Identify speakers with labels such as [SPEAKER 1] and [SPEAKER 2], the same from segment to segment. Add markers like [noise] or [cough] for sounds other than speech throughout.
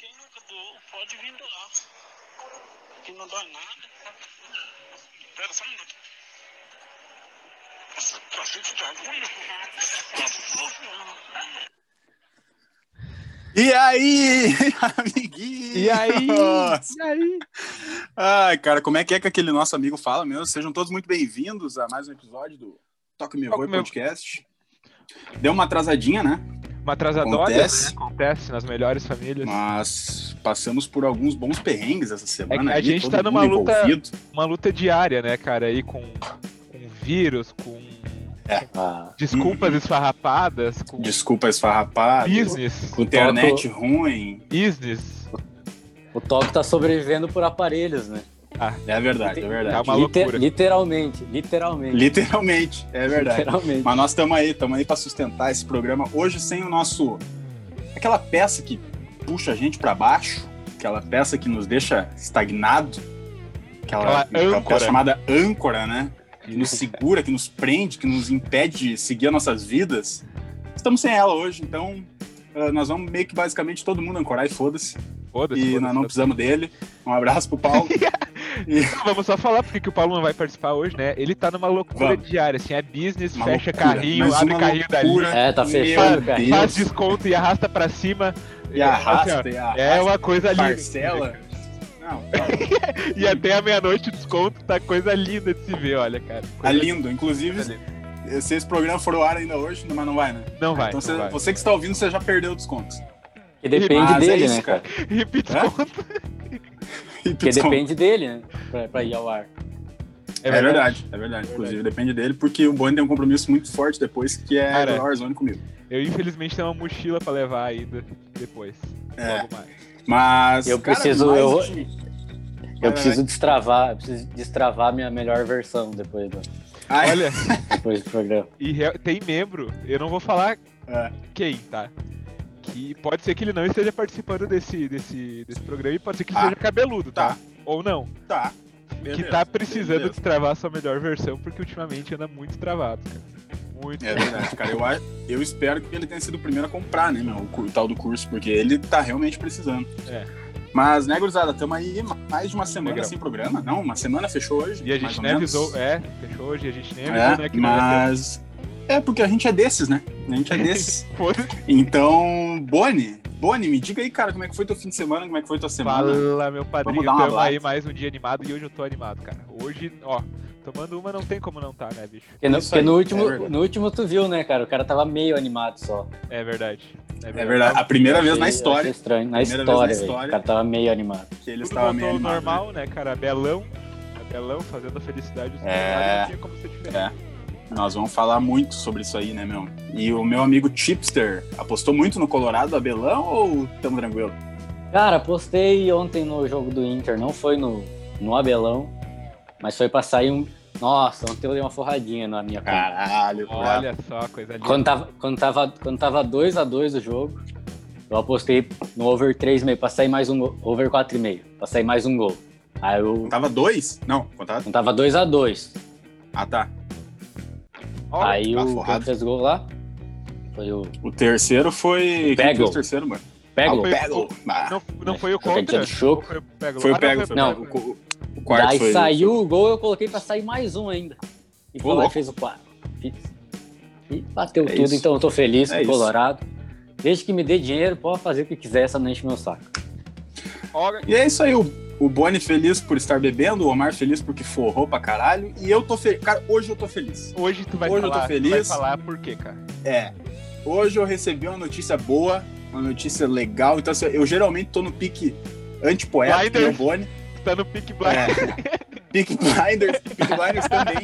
[SPEAKER 1] doou, pode vir doar. Que não dói nada. Espera só um minuto. Nossa, cacete tá ruim.
[SPEAKER 2] E aí, [laughs] amiguinhos?
[SPEAKER 3] E aí? E aí?
[SPEAKER 2] Ai, cara, como é que é que aquele nosso amigo fala mesmo? Sejam todos muito bem-vindos a mais um episódio do Toca Me
[SPEAKER 3] Toca
[SPEAKER 2] Voe
[SPEAKER 3] Meu-
[SPEAKER 2] Podcast. Deu uma atrasadinha, né?
[SPEAKER 3] Uma atrasadora
[SPEAKER 2] Acontece. Ah.
[SPEAKER 3] acontece, né? acontece nas melhores famílias.
[SPEAKER 2] Mas passamos por alguns bons perrengues essa
[SPEAKER 3] É
[SPEAKER 2] semana.
[SPEAKER 3] que a
[SPEAKER 2] aí,
[SPEAKER 3] gente
[SPEAKER 2] todo
[SPEAKER 3] tá numa
[SPEAKER 2] mundo
[SPEAKER 3] luta-
[SPEAKER 2] envolvido.
[SPEAKER 3] Uma luta diária, né, cara? Aí com, com vírus, com
[SPEAKER 4] Ah,
[SPEAKER 3] desculpas
[SPEAKER 2] Uhum.
[SPEAKER 3] esfarrapadas, com
[SPEAKER 2] Desculpa esfarrapada,
[SPEAKER 3] business.
[SPEAKER 2] com internet ruim.
[SPEAKER 3] Business.
[SPEAKER 4] O Toque tá sobrevivendo por aparelhos, né?
[SPEAKER 2] É verdade, é
[SPEAKER 3] É
[SPEAKER 2] verdade.
[SPEAKER 3] uma loucura.
[SPEAKER 4] Literalmente, literalmente.
[SPEAKER 2] Literalmente, é verdade.
[SPEAKER 4] Literalmente.
[SPEAKER 2] Mas nós estamos aí, estamos aí para sustentar esse programa hoje sem o nosso aquela peça que puxa a gente para baixo, aquela peça que nos deixa estagnado, aquela,
[SPEAKER 3] Aquela
[SPEAKER 2] aquela
[SPEAKER 3] âncora.
[SPEAKER 2] peça chamada âncora, né? Que nos segura, que nos prende, que nos impede de seguir as nossas vidas. Estamos sem ela hoje, então ah, nós vamos meio que basicamente todo mundo ancorar e foda-se.
[SPEAKER 3] Foda-se.
[SPEAKER 2] E
[SPEAKER 3] foda-se,
[SPEAKER 2] nós não
[SPEAKER 3] foda-se.
[SPEAKER 2] precisamos dele. Um abraço pro
[SPEAKER 3] [laughs]
[SPEAKER 2] Paulo.
[SPEAKER 3] Vamos só falar porque que o Paulo não vai participar hoje, né? Ele tá numa loucura
[SPEAKER 2] Vamos.
[SPEAKER 3] diária, assim, é business,
[SPEAKER 2] Uma
[SPEAKER 3] fecha
[SPEAKER 2] loucura,
[SPEAKER 3] carrinho,
[SPEAKER 2] mas
[SPEAKER 3] abre
[SPEAKER 2] uma
[SPEAKER 3] carrinho
[SPEAKER 2] loucura.
[SPEAKER 3] dali,
[SPEAKER 4] É, tá
[SPEAKER 2] Meu
[SPEAKER 4] fechando, cara.
[SPEAKER 2] Deus.
[SPEAKER 3] faz desconto e arrasta pra cima.
[SPEAKER 2] E arrasta,
[SPEAKER 3] Assim,
[SPEAKER 2] e
[SPEAKER 3] ó, É
[SPEAKER 2] arrasta.
[SPEAKER 3] uma
[SPEAKER 4] Tá
[SPEAKER 3] coisa linda.
[SPEAKER 2] parcela. Não, tá
[SPEAKER 3] [laughs] E até a meia-noite o desconto tá coisa linda de se ver, olha, cara.
[SPEAKER 2] Tá
[SPEAKER 3] Coisa-
[SPEAKER 2] lindo. Inclusive,
[SPEAKER 3] Tá
[SPEAKER 2] se esse programa for ao ar ainda hoje, mas não vai, né?
[SPEAKER 3] Não vai.
[SPEAKER 2] então
[SPEAKER 3] não
[SPEAKER 2] você,
[SPEAKER 3] vai. [laughs]
[SPEAKER 2] você que está ouvindo, você já perdeu o desconto.
[SPEAKER 4] [laughs] Que depende
[SPEAKER 2] Mas é
[SPEAKER 4] dele,
[SPEAKER 2] isso,
[SPEAKER 4] né, cara?
[SPEAKER 3] Hip desconto.
[SPEAKER 2] E
[SPEAKER 4] Que
[SPEAKER 2] desconto.
[SPEAKER 4] depende dele, né? Pra, pra ir ao ar.
[SPEAKER 2] Então, É verdade, é verdade. Inclusive, depende dele, porque o Bonnie tem um compromisso muito forte depois, que é
[SPEAKER 3] Cara.
[SPEAKER 2] jogar Warzone comigo.
[SPEAKER 3] Eu infelizmente tenho uma mochila pra levar ainda depois.
[SPEAKER 2] É.
[SPEAKER 3] Logo mais.
[SPEAKER 2] Mas.
[SPEAKER 4] Eu
[SPEAKER 2] cara,
[SPEAKER 4] preciso-
[SPEAKER 2] mais
[SPEAKER 4] eu-
[SPEAKER 2] de-
[SPEAKER 4] Eu
[SPEAKER 2] Vai,
[SPEAKER 4] preciso destravar, eu preciso destravar minha melhor versão depois do,
[SPEAKER 2] Ai,
[SPEAKER 3] Olha,
[SPEAKER 4] depois do programa.
[SPEAKER 3] e real- tem membro, eu não vou falar
[SPEAKER 2] É.
[SPEAKER 3] quem, tá? Que pode ser que ele não esteja participando desse, desse, desse programa e pode ser que ele
[SPEAKER 2] Tá.
[SPEAKER 3] seja cabeludo, tá?
[SPEAKER 2] Tá.
[SPEAKER 3] Ou não.
[SPEAKER 2] tá.
[SPEAKER 3] que
[SPEAKER 2] Beleza,
[SPEAKER 3] tá precisando
[SPEAKER 2] beleza.
[SPEAKER 3] destravar a sua melhor versão, porque ultimamente anda muito travado, cara. Muito.
[SPEAKER 2] É verdade, cara. Eu, a- eu espero que ele tenha sido o primeiro a comprar, né, meu, o cu- o tal do curso, porque ele tá realmente precisando.
[SPEAKER 3] É.
[SPEAKER 2] Mas, né, gurizada, tamo aí mais de uma semana
[SPEAKER 3] Legal.
[SPEAKER 2] sem programa. Não, uma semana fechou hoje.
[SPEAKER 3] E
[SPEAKER 2] mais
[SPEAKER 3] a gente
[SPEAKER 2] ou
[SPEAKER 3] nem
[SPEAKER 2] menos.
[SPEAKER 3] avisou, é, fechou hoje, a gente nem avisou,
[SPEAKER 2] É,
[SPEAKER 3] né, que não ia
[SPEAKER 2] mas é porque a gente é desses, né? A gente é
[SPEAKER 3] [laughs]
[SPEAKER 2] desses.
[SPEAKER 3] ter. Foda-se.
[SPEAKER 2] então, Boni, Boni, me diga aí, cara, como é que foi teu fim de semana, como é que foi tua semana?
[SPEAKER 3] Fala, meu padrinho,
[SPEAKER 2] dar uma
[SPEAKER 3] tamo aí
[SPEAKER 2] blada.
[SPEAKER 3] mais um dia animado e hoje eu tô animado, cara. Hoje, ó, tomando uma não tem como não tá, né, bicho?
[SPEAKER 4] Porque no,
[SPEAKER 2] Isso
[SPEAKER 4] porque
[SPEAKER 2] aí,
[SPEAKER 4] no
[SPEAKER 2] é
[SPEAKER 4] último,
[SPEAKER 2] verdade.
[SPEAKER 4] no último tu viu, né, cara? O cara tava meio animado só.
[SPEAKER 3] É verdade.
[SPEAKER 2] É verdade, a primeira vez na
[SPEAKER 4] Achei- achei
[SPEAKER 2] história
[SPEAKER 4] estranho. Na
[SPEAKER 2] Primeira vez
[SPEAKER 4] história,
[SPEAKER 2] na
[SPEAKER 4] velho.
[SPEAKER 2] história.
[SPEAKER 4] O cara tava meio animado.
[SPEAKER 2] que ele
[SPEAKER 3] Tudo
[SPEAKER 2] estava meio
[SPEAKER 3] voltou ao
[SPEAKER 2] animado, né?
[SPEAKER 3] normal, né, cara? Belão, Belão fazendo a felicidade dos
[SPEAKER 2] É.
[SPEAKER 3] é... não tinha como ser diferente.
[SPEAKER 2] É. Nós vamos falar muito sobre isso aí, né, meu? E o meu amigo Chipster apostou muito no Colorado, Abelão, ou tamo tranquilo?
[SPEAKER 4] Cara, postei ontem no jogo do Inter, não foi no, no Abelão, mas foi pra sair um. Nossa, ontem eu dei uma forradinha na minha cara.
[SPEAKER 2] Caralho, cara.
[SPEAKER 3] Olha só, coisa linda.
[SPEAKER 4] Quando tava 2x2 quando tava, quando tava 2 a 2 o jogo, eu apostei no over 3,5, pra sair mais um gol. Over 4,5, pra sair mais um gol. Aí eu.
[SPEAKER 2] Contava dois? Não, contava.
[SPEAKER 4] Quando tava 2 a 2
[SPEAKER 2] Ah, tá.
[SPEAKER 3] Ó,
[SPEAKER 4] Aí
[SPEAKER 2] tá
[SPEAKER 4] o
[SPEAKER 2] forrado.
[SPEAKER 4] quem fez o gol lá? Foi o
[SPEAKER 2] O terceiro foi. Quem
[SPEAKER 4] Bagel.
[SPEAKER 2] fez o terceiro, mano?
[SPEAKER 4] Peglo.
[SPEAKER 3] foi-
[SPEAKER 2] Peglo. Ah,
[SPEAKER 3] Não, não foi o
[SPEAKER 4] Foi o
[SPEAKER 3] contra?
[SPEAKER 4] Cantinho do Choco.
[SPEAKER 3] Ou Foi o Pego.
[SPEAKER 2] Foi o Pego, foi
[SPEAKER 3] Não, foi
[SPEAKER 2] o
[SPEAKER 4] Não.
[SPEAKER 2] Pego.
[SPEAKER 3] Pego.
[SPEAKER 2] O, o quarto
[SPEAKER 4] Daí
[SPEAKER 2] foi.
[SPEAKER 4] saiu o gol, eu coloquei pra sair mais um ainda. E foi
[SPEAKER 2] Ô,
[SPEAKER 4] lá e
[SPEAKER 2] louco.
[SPEAKER 4] fez o 4. E bateu
[SPEAKER 2] É
[SPEAKER 4] tudo,
[SPEAKER 2] isso.
[SPEAKER 4] então eu tô feliz
[SPEAKER 2] É
[SPEAKER 4] com o
[SPEAKER 2] isso.
[SPEAKER 4] Colorado. Desde que me dê dinheiro, pode fazer o que quiser, essa não enche meu saco.
[SPEAKER 3] Ó,
[SPEAKER 2] E é isso aí, o, o Boni feliz por estar bebendo, o Omar feliz porque forrou pra caralho. E eu tô feliz. Cara, hoje eu tô feliz.
[SPEAKER 3] Hoje tu vai
[SPEAKER 2] Hoje eu tô
[SPEAKER 3] falar, tu vai
[SPEAKER 2] feliz.
[SPEAKER 3] falar por quê, cara?
[SPEAKER 2] É. Hoje eu recebi uma notícia boa, uma notícia legal. Então, assim, eu geralmente tô no pique antipoético, que
[SPEAKER 3] Blinders.
[SPEAKER 2] é o Boni.
[SPEAKER 3] Tu tá no Pick Black.
[SPEAKER 2] É. pique Blinders, pique Blinders também.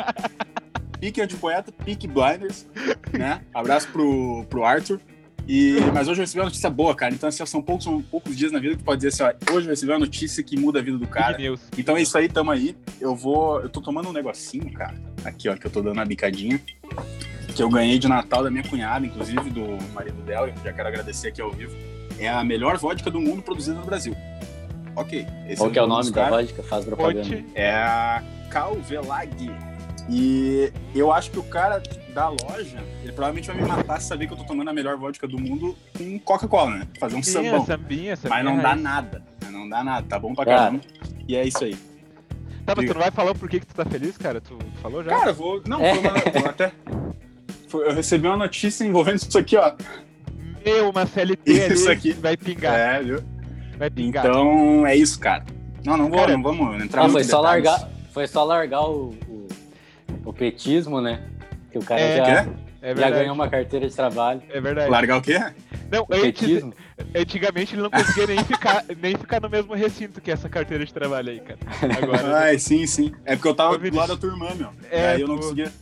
[SPEAKER 2] Pique antipoeta, pique Blinders, né? Abraço pro, pro Arthur. E, mas hoje eu recebi uma notícia boa, cara. Então, assim, ó, são poucos, são poucos dias na vida que tu pode dizer assim, ó, hoje eu recebi uma notícia que muda a vida do cara.
[SPEAKER 3] Big News.
[SPEAKER 2] Então é isso aí, tamo aí. Eu vou. Eu tô tomando um negocinho, cara. Aqui, ó, que eu tô dando uma bicadinha. Que eu ganhei de Natal da minha cunhada, inclusive, do marido dela. Eu já quero agradecer aqui ao vivo. É a melhor vodka do mundo produzida no Brasil. Ok. Esse um
[SPEAKER 4] Qual que é o nome
[SPEAKER 2] dos
[SPEAKER 4] da
[SPEAKER 2] caras.
[SPEAKER 4] vodka? Faz propaganda.
[SPEAKER 3] Ponte.
[SPEAKER 2] É a Calvelag. E eu acho que o cara da loja, ele provavelmente vai me matar se saber que eu tô tomando a melhor vodka do mundo com Coca-Cola, né? Fazer um
[SPEAKER 3] Sambinha,
[SPEAKER 2] sambão.
[SPEAKER 3] sambinha, sambinha.
[SPEAKER 2] Mas não dá
[SPEAKER 3] raiz.
[SPEAKER 2] nada. Não dá nada, tá bom pra
[SPEAKER 4] Cara.
[SPEAKER 2] caramba. E é isso aí.
[SPEAKER 3] Tá, mas
[SPEAKER 2] Diga.
[SPEAKER 3] tu não vai falar por que, que tu tá feliz, cara? Tu tu falou já?
[SPEAKER 2] Cara, é. vou. Não, foi uma, vou até. foi- eu recebi uma notícia envolvendo isso aqui, ó.
[SPEAKER 3] meu, uma CLT ali
[SPEAKER 2] Isso aqui.
[SPEAKER 3] vai pingar,
[SPEAKER 2] É, viu?
[SPEAKER 3] vai pingar.
[SPEAKER 2] Então é isso, cara. é Não, não vou,
[SPEAKER 3] Cara,
[SPEAKER 2] não vamos entrar
[SPEAKER 4] Ah,
[SPEAKER 2] muito
[SPEAKER 4] foi,
[SPEAKER 2] em
[SPEAKER 4] só
[SPEAKER 2] detalhes.
[SPEAKER 4] largar, foi só largar o, o, o petismo, né? Que o cara
[SPEAKER 3] É,
[SPEAKER 4] já,
[SPEAKER 2] Quê?
[SPEAKER 3] é
[SPEAKER 4] já
[SPEAKER 3] verdade,
[SPEAKER 4] ganhou uma carteira de trabalho.
[SPEAKER 3] é verdade.
[SPEAKER 2] Largar o quê?
[SPEAKER 3] Não,
[SPEAKER 4] O
[SPEAKER 3] antes,
[SPEAKER 4] petismo.
[SPEAKER 3] antigamente ele não conseguia nem ficar, [laughs] nem ficar no mesmo recinto que essa carteira de trabalho aí, cara.
[SPEAKER 2] [laughs]
[SPEAKER 3] Agora,
[SPEAKER 2] Ai, sim, sim. É porque eu
[SPEAKER 3] Ô,
[SPEAKER 2] tava do
[SPEAKER 3] Vinícius.
[SPEAKER 2] lado da tua irmã, meu.
[SPEAKER 3] É,
[SPEAKER 2] É, aí eu não
[SPEAKER 3] tu-
[SPEAKER 2] conseguia.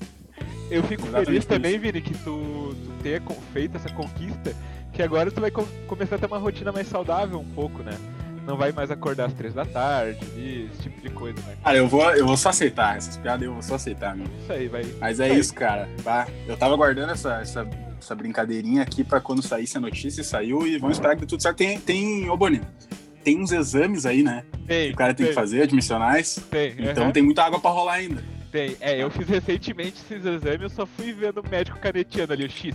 [SPEAKER 3] eu fico
[SPEAKER 2] Exatamente
[SPEAKER 3] feliz
[SPEAKER 2] isso.
[SPEAKER 3] também, Vini, que tu, tu tenha con- feito essa conquista, que agora tu vai co- começar a ter uma rotina mais saudável um pouco, né? Não vai mais acordar às três da tarde, e esse tipo de coisa, né?
[SPEAKER 2] Cara, eu vou, eu vou só aceitar. Essas piadas eu vou só aceitar, meu.
[SPEAKER 3] Isso aí, vai.
[SPEAKER 2] Mas é isso, cara. Bah, eu tava guardando essa, essa, essa brincadeirinha aqui pra quando saísse a notícia e saiu. E vamos esperar que dê tudo certo. Tem, tem ô Boninho, tem uns exames aí, né?
[SPEAKER 3] Tem,
[SPEAKER 2] Que o cara tem que fazer, admissionais.
[SPEAKER 3] Tem,
[SPEAKER 2] Então
[SPEAKER 3] aham.
[SPEAKER 2] tem muita água pra rolar ainda.
[SPEAKER 3] Tem, é, eu fiz recentemente esses exames, eu só fui vendo o médico caneteando ali, o X.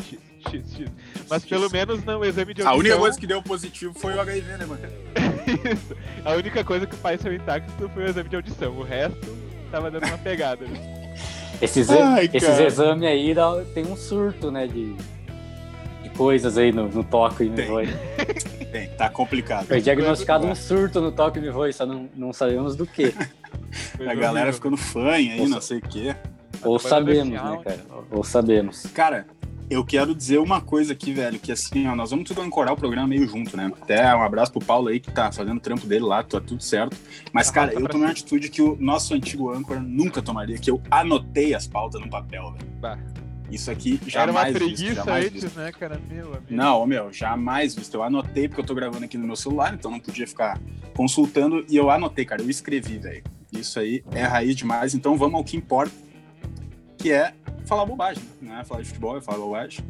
[SPEAKER 3] X, X, X. Mas pelo menos não, o exame de
[SPEAKER 2] A
[SPEAKER 3] audição...
[SPEAKER 2] única coisa que deu positivo foi o HIV, né, mano?
[SPEAKER 3] [laughs] Isso. A única coisa que o pai saiu intacto foi o exame de audição. O resto tava dando uma
[SPEAKER 2] [laughs]
[SPEAKER 3] pegada. né?
[SPEAKER 4] Esses,
[SPEAKER 2] Ai,
[SPEAKER 4] esses
[SPEAKER 2] cara.
[SPEAKER 4] exames aí dá- tem um surto, né? De, de coisas aí no, no toque e no
[SPEAKER 2] Tem.
[SPEAKER 4] voo.
[SPEAKER 2] Tem, tá complicado.
[SPEAKER 4] Foi diagnosticado um surto no toque de voo, só não, não sabemos do que.
[SPEAKER 3] Coisa
[SPEAKER 2] A galera
[SPEAKER 3] horrível. né?
[SPEAKER 2] ficando fã aí,
[SPEAKER 4] Nossa.
[SPEAKER 2] não sei o quê.
[SPEAKER 4] Ou
[SPEAKER 3] Trabalhador
[SPEAKER 4] sabemos,
[SPEAKER 3] social,
[SPEAKER 4] né, cara? Ou sabemos.
[SPEAKER 2] Cara, eu quero dizer uma coisa aqui, velho, que assim, ó, nós vamos tudo ancorar o programa meio junto, né? Até um abraço pro Paulo aí que tá fazendo o trampo dele lá, tá tudo certo. Mas,
[SPEAKER 3] tá
[SPEAKER 2] cara, eu tomei uma atitude que o nosso antigo âncora nunca tomaria, que eu anotei as pautas no papel, velho.
[SPEAKER 3] Bah.
[SPEAKER 2] Isso aqui
[SPEAKER 3] Era uma
[SPEAKER 2] jamais
[SPEAKER 3] preguiça
[SPEAKER 2] visto, jamais
[SPEAKER 3] antes,
[SPEAKER 2] visto.
[SPEAKER 3] né, cara? Meu amigo.
[SPEAKER 2] Não, meu, jamais visto. Eu anotei porque eu tô gravando aqui no meu celular, então não podia ficar consultando. E eu anotei, cara, eu escrevi, velho. Isso aí é raiz demais. Então vamos ao que importa, que é falar bobagem, né? Falar de futebol é falar bobagem.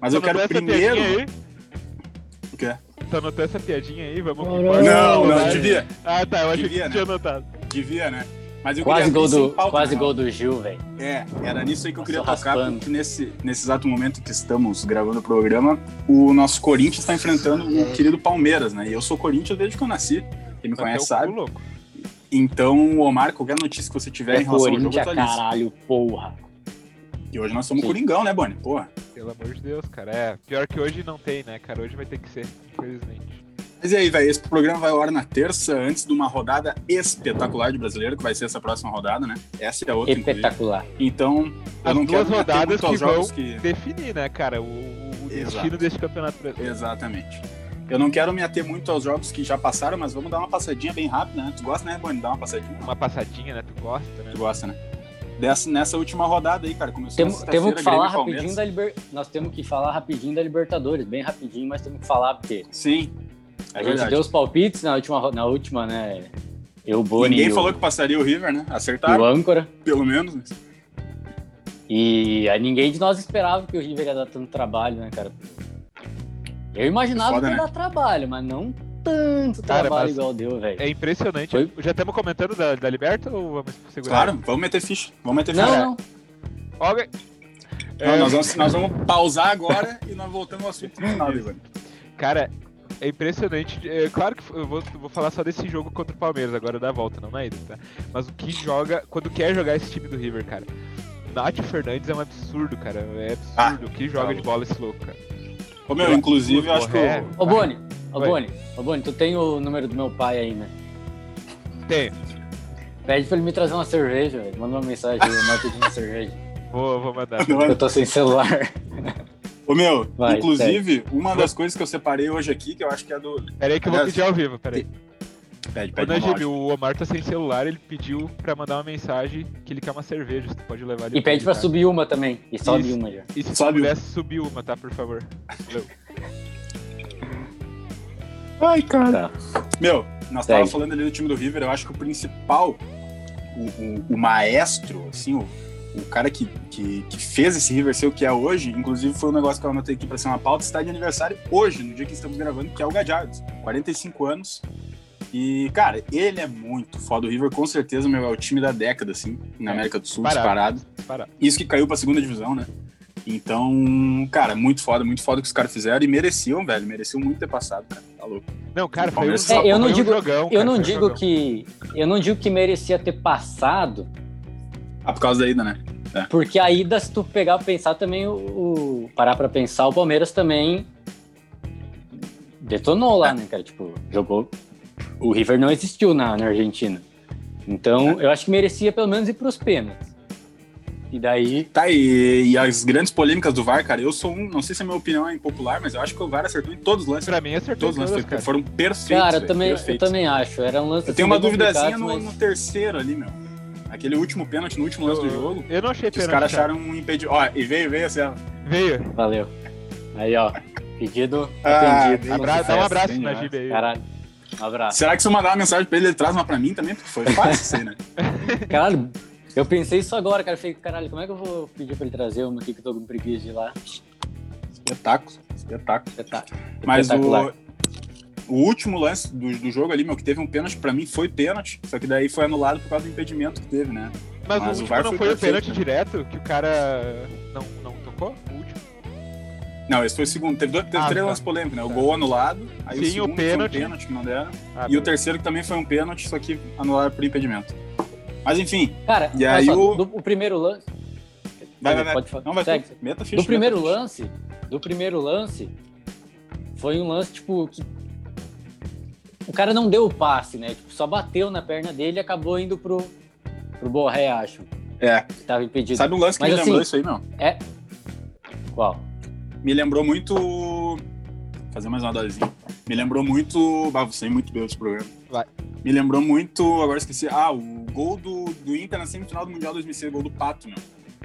[SPEAKER 2] Mas
[SPEAKER 3] Tu
[SPEAKER 2] eu quero
[SPEAKER 3] anotou essa
[SPEAKER 2] primeiro.
[SPEAKER 3] piadinha
[SPEAKER 2] O quê?
[SPEAKER 3] aí? Tu anotou essa piadinha aí? Vamos
[SPEAKER 4] Não,
[SPEAKER 3] que bora.
[SPEAKER 2] Não, não,
[SPEAKER 3] Vai.
[SPEAKER 2] devia,
[SPEAKER 3] Ah, tá, eu achei
[SPEAKER 2] Devia,
[SPEAKER 3] que
[SPEAKER 2] né?
[SPEAKER 3] tinha anotado.
[SPEAKER 2] devia, né? Mas eu
[SPEAKER 4] Quase
[SPEAKER 2] queria
[SPEAKER 4] gol
[SPEAKER 2] abrir
[SPEAKER 4] do,
[SPEAKER 2] sem pauta,
[SPEAKER 4] quase
[SPEAKER 2] né?
[SPEAKER 4] gol do Gil, velho.
[SPEAKER 2] É, era nisso aí que eu queria
[SPEAKER 4] Passou
[SPEAKER 2] tocar,
[SPEAKER 4] raspando.
[SPEAKER 2] porque nesse, nesse exato momento que estamos gravando o programa, o nosso Corinthians está enfrentando o querido Palmeiras, né? E eu sou Corinthians desde que eu nasci. Quem me conhece
[SPEAKER 3] Até
[SPEAKER 2] sabe.
[SPEAKER 3] o cu louco.
[SPEAKER 2] Então, Omar, qualquer notícia que você tiver
[SPEAKER 4] É
[SPEAKER 2] em relação ao jogo,
[SPEAKER 4] Corinthians,
[SPEAKER 2] atualiza.
[SPEAKER 4] caralho, porra.
[SPEAKER 2] E hoje nós somos
[SPEAKER 4] Sim.
[SPEAKER 2] Coringão, né, Boni? Porra.
[SPEAKER 3] Pelo amor de Deus, cara. É, pior que hoje não tem, né, cara? Hoje vai ter que ser, infelizmente.
[SPEAKER 2] Mas e aí, velho? Esse programa vai ao ar na terça, antes de uma rodada espetacular de brasileiro, que vai ser essa próxima rodada, né? Essa é a outra, inclusive.
[SPEAKER 4] Espetacular.
[SPEAKER 2] Então, eu
[SPEAKER 3] As
[SPEAKER 2] não
[SPEAKER 3] duas
[SPEAKER 2] quero me ater
[SPEAKER 3] rodadas
[SPEAKER 2] muito aos
[SPEAKER 3] que vão-
[SPEAKER 2] jogos que...
[SPEAKER 3] Definir, né, cara, o, o- o
[SPEAKER 2] Exato.
[SPEAKER 3] destino desse campeonato é brasileiro.
[SPEAKER 2] Exatamente. Eu não quero me ater muito aos jogos que já passaram, mas vamos dar uma passadinha bem rápida, né? Tu gosta, né, Boni? Dá uma passadinha?
[SPEAKER 3] Uma passadinha, né? Tu gosta, né?
[SPEAKER 2] Tu gosta, né? Dessa, nessa última rodada aí, cara, começou
[SPEAKER 4] Temos,
[SPEAKER 2] na
[SPEAKER 4] temos
[SPEAKER 2] sexta-feira,
[SPEAKER 4] que falar
[SPEAKER 2] tá Grêmio e Palmeiras.
[SPEAKER 4] rapidinho da Liber... Nós temos que falar rapidinho da Libertadores, bem rapidinho, mas temos que falar porque
[SPEAKER 2] Sim, é
[SPEAKER 4] a gente
[SPEAKER 2] verdade.
[SPEAKER 4] deu os palpites na última, ro- na última né? Eu, o Boni
[SPEAKER 2] Ninguém
[SPEAKER 4] e o-
[SPEAKER 2] falou que passaria o River, né?
[SPEAKER 4] e o
[SPEAKER 2] Acertaram,
[SPEAKER 4] âncora.
[SPEAKER 2] pelo menos. né?
[SPEAKER 4] E aí ninguém de nós esperava que o River ia dar tanto trabalho, né, cara? Eu imaginava
[SPEAKER 2] Foda,
[SPEAKER 4] que ia
[SPEAKER 2] né?
[SPEAKER 4] dar trabalho, mas não tanto
[SPEAKER 3] Cara,
[SPEAKER 4] trabalho
[SPEAKER 3] mas-
[SPEAKER 4] igual deu, velho.
[SPEAKER 3] É impressionante.
[SPEAKER 4] Foi?
[SPEAKER 3] Já estamos comentando da, da Liberta ou vamos segurar?
[SPEAKER 2] Claro, vamos meter ficha. Vamos meter
[SPEAKER 4] Não,
[SPEAKER 2] ficha.
[SPEAKER 4] não.
[SPEAKER 3] Ok.
[SPEAKER 2] Não,
[SPEAKER 3] É,
[SPEAKER 2] nós, vamos, nós vamos pausar agora [laughs] e nós voltamos ao assunto final, Igor.
[SPEAKER 3] Cara, é impressionante. É, claro que eu vou, eu vou falar só desse jogo contra o Palmeiras agora da volta, não na ida, tá? Mas o que joga, quando quer jogar esse time do River, cara. Nath Fernandes é um absurdo, cara. É absurdo. o que joga
[SPEAKER 2] tá
[SPEAKER 3] de bola esse louco, cara.
[SPEAKER 2] Ô, meu, inclusive, eu acho que
[SPEAKER 3] Borré.
[SPEAKER 2] eu,
[SPEAKER 4] Ô, Boni, ô,
[SPEAKER 3] Oi.
[SPEAKER 4] Boni, ô, Boni, tu tem o número do meu pai aí, né?
[SPEAKER 3] Tem.
[SPEAKER 4] Pede pra ele me trazer uma cerveja, velho. Manda uma mensagem, eu mando pedir uma cerveja.
[SPEAKER 3] Vou, vou
[SPEAKER 2] [laughs]
[SPEAKER 3] mandar.
[SPEAKER 4] Eu tô sem celular.
[SPEAKER 2] Ô, meu,
[SPEAKER 4] Vai,
[SPEAKER 2] inclusive, uma das coisas que eu separei hoje aqui, que eu acho que é do.
[SPEAKER 3] Pera aí que eu vou pedir ao vivo, pera aí.
[SPEAKER 2] Pede, um
[SPEAKER 3] Ô,
[SPEAKER 2] pede uma
[SPEAKER 3] Najib,
[SPEAKER 2] loja.
[SPEAKER 3] o Omar tá sem celular, ele pediu pra mandar uma mensagem que ele quer uma cerveja, se tu pode levar ali.
[SPEAKER 4] E pede pra
[SPEAKER 3] ele, tá?
[SPEAKER 4] subir uma também. E sobe
[SPEAKER 3] Isso.
[SPEAKER 4] uma já.
[SPEAKER 3] E se tu
[SPEAKER 2] Sobe o-
[SPEAKER 3] pudesse subir uma, tá, por favor. Valeu.
[SPEAKER 2] Ai, cara. Meu, nós
[SPEAKER 4] Segue.
[SPEAKER 2] estávamos falando ali do time do River, eu acho que o principal, o, o- o maestro, assim, o, o cara que, que, que fez esse River ser o que é hoje, inclusive foi um negócio que eu anotei aqui para ser uma pauta, está de aniversário hoje, no dia que estamos gravando, que é o Gadiardo, 45 anos. E, cara, ele é muito foda. O River, com certeza, meu, é o time da década, assim, na
[SPEAKER 3] É,
[SPEAKER 2] América do Sul,
[SPEAKER 3] disparado.
[SPEAKER 2] disparado.
[SPEAKER 3] Para.
[SPEAKER 2] Isso que caiu pra segunda divisão, né? Então, cara, muito foda, muito foda o que os caras fizeram e mereciam, velho. Mereciam muito ter passado, cara. Tá louco.
[SPEAKER 3] Não, cara,
[SPEAKER 2] O
[SPEAKER 3] foi um,
[SPEAKER 2] Palmeiras- tá
[SPEAKER 3] foi
[SPEAKER 4] É, eu não
[SPEAKER 3] um
[SPEAKER 4] digo-
[SPEAKER 3] jogão.
[SPEAKER 4] Eu
[SPEAKER 3] cara,
[SPEAKER 4] não
[SPEAKER 3] foi um
[SPEAKER 4] digo
[SPEAKER 3] jogão.
[SPEAKER 4] que. Eu não digo que merecia ter passado,
[SPEAKER 2] Ah, por causa da ida, né?
[SPEAKER 4] porque a ida, se tu pegar pra pensar também, o, o- parar pra pensar, o Palmeiras também detonou lá, né, cara? Tipo, jogou. O River não existiu na, na Argentina. Então,
[SPEAKER 2] É.
[SPEAKER 4] eu acho que merecia pelo menos ir pros pênaltis. E daí.
[SPEAKER 2] Tá, e, e as grandes polêmicas do VAR, cara, eu sou um. Não sei se a minha opinião é impopular, mas eu acho que o VAR acertou em todos os lances.
[SPEAKER 3] Pra mim acertou
[SPEAKER 2] Todos os
[SPEAKER 3] todas,
[SPEAKER 2] lances
[SPEAKER 3] cara.
[SPEAKER 2] foram perfeitos.
[SPEAKER 4] Cara, eu
[SPEAKER 2] velho,
[SPEAKER 4] também, eu
[SPEAKER 2] perfeitos.
[SPEAKER 4] também acho. Era um lance.
[SPEAKER 2] Eu tenho
[SPEAKER 4] assim,
[SPEAKER 2] uma
[SPEAKER 4] bem
[SPEAKER 2] duvidazinha
[SPEAKER 4] complicado,
[SPEAKER 2] no,
[SPEAKER 4] mas-
[SPEAKER 2] no terceiro ali, meu. Aquele último pênalti, no último lance do jogo.
[SPEAKER 3] Eu não achei
[SPEAKER 2] Que os
[SPEAKER 3] pênalti.
[SPEAKER 2] caras
[SPEAKER 3] cara.
[SPEAKER 2] acharam um impedimento. Ó, e veio, veio assim, ó.
[SPEAKER 3] Veio.
[SPEAKER 4] Valeu. Aí, ó. Pedido
[SPEAKER 2] Ah,
[SPEAKER 4] atendido.
[SPEAKER 2] bem-
[SPEAKER 3] Abra... Dá um
[SPEAKER 2] Sucesso,
[SPEAKER 3] abraço
[SPEAKER 2] hein,
[SPEAKER 3] na
[SPEAKER 2] né?
[SPEAKER 3] Gibi aí.
[SPEAKER 4] Caralho. Um abraço.
[SPEAKER 2] Será que se eu mandar uma mensagem pra ele, ele traz uma pra mim também? Porque foi fácil isso aí,
[SPEAKER 3] [laughs]
[SPEAKER 2] né?
[SPEAKER 4] [laughs] Caralho, eu pensei isso agora, cara. Eu falei, caralho, como é que eu vou pedir pra ele trazer uma aqui que eu tô com preguiça de ir lá? Tá.
[SPEAKER 2] Espetáculo, espetáculo.
[SPEAKER 4] Espetá-
[SPEAKER 2] Mas
[SPEAKER 4] Espetacular.
[SPEAKER 2] o, o último lance do, do jogo ali, meu, que teve um pênalti, pra mim foi pênalti, só que daí foi anulado por causa do impedimento que teve, né?
[SPEAKER 3] Mas,
[SPEAKER 2] Mas
[SPEAKER 3] o
[SPEAKER 2] o
[SPEAKER 3] último
[SPEAKER 2] VAR
[SPEAKER 3] não
[SPEAKER 2] foi
[SPEAKER 3] foi o
[SPEAKER 2] perfeito,
[SPEAKER 3] pênalti
[SPEAKER 2] né?
[SPEAKER 3] direto que o cara não, não tocou? O último?
[SPEAKER 2] Não, esse foi o segundo. Teve, dois, teve
[SPEAKER 3] Ah,
[SPEAKER 2] três
[SPEAKER 3] tá.
[SPEAKER 2] lances polêmicos, né? O
[SPEAKER 3] Tá.
[SPEAKER 2] gol anulado, aí
[SPEAKER 3] Sim,
[SPEAKER 2] o segundo
[SPEAKER 3] o
[SPEAKER 2] foi um
[SPEAKER 3] pênalti.
[SPEAKER 2] pênalti que não deram,
[SPEAKER 3] Ah,
[SPEAKER 2] e o
[SPEAKER 3] beleza.
[SPEAKER 2] terceiro que também foi um pênalti, só que anularam por impedimento. Mas enfim,
[SPEAKER 4] Cara,
[SPEAKER 2] E
[SPEAKER 4] olha
[SPEAKER 2] aí
[SPEAKER 4] só,
[SPEAKER 2] o-
[SPEAKER 4] do- o primeiro lance.
[SPEAKER 2] vai, vai, vai.
[SPEAKER 4] Pode falar.
[SPEAKER 2] Não, vai,
[SPEAKER 4] Segue.
[SPEAKER 2] meta ficha, né?
[SPEAKER 4] Do primeiro
[SPEAKER 2] meta ficha.
[SPEAKER 4] lance, do primeiro lance, foi um lance, tipo, que o cara não deu o passe, né? Tipo, só bateu na perna dele e acabou indo pro, pro Borré, acho,
[SPEAKER 2] É,
[SPEAKER 4] que tava impedido.
[SPEAKER 2] sabe um lance que
[SPEAKER 4] Mas
[SPEAKER 2] me lembrou
[SPEAKER 4] assim-
[SPEAKER 2] isso aí, meu?
[SPEAKER 4] Qual?
[SPEAKER 2] me lembrou muito. Vou Fazer mais uma dosezinha. Me lembrou muito. Ah, você é muito bem esse programa.
[SPEAKER 3] Vai.
[SPEAKER 2] Me lembrou muito. Agora esqueci. Ah, o gol do, do Inter na semifinal do Mundial 2006, gol do Pato, meu.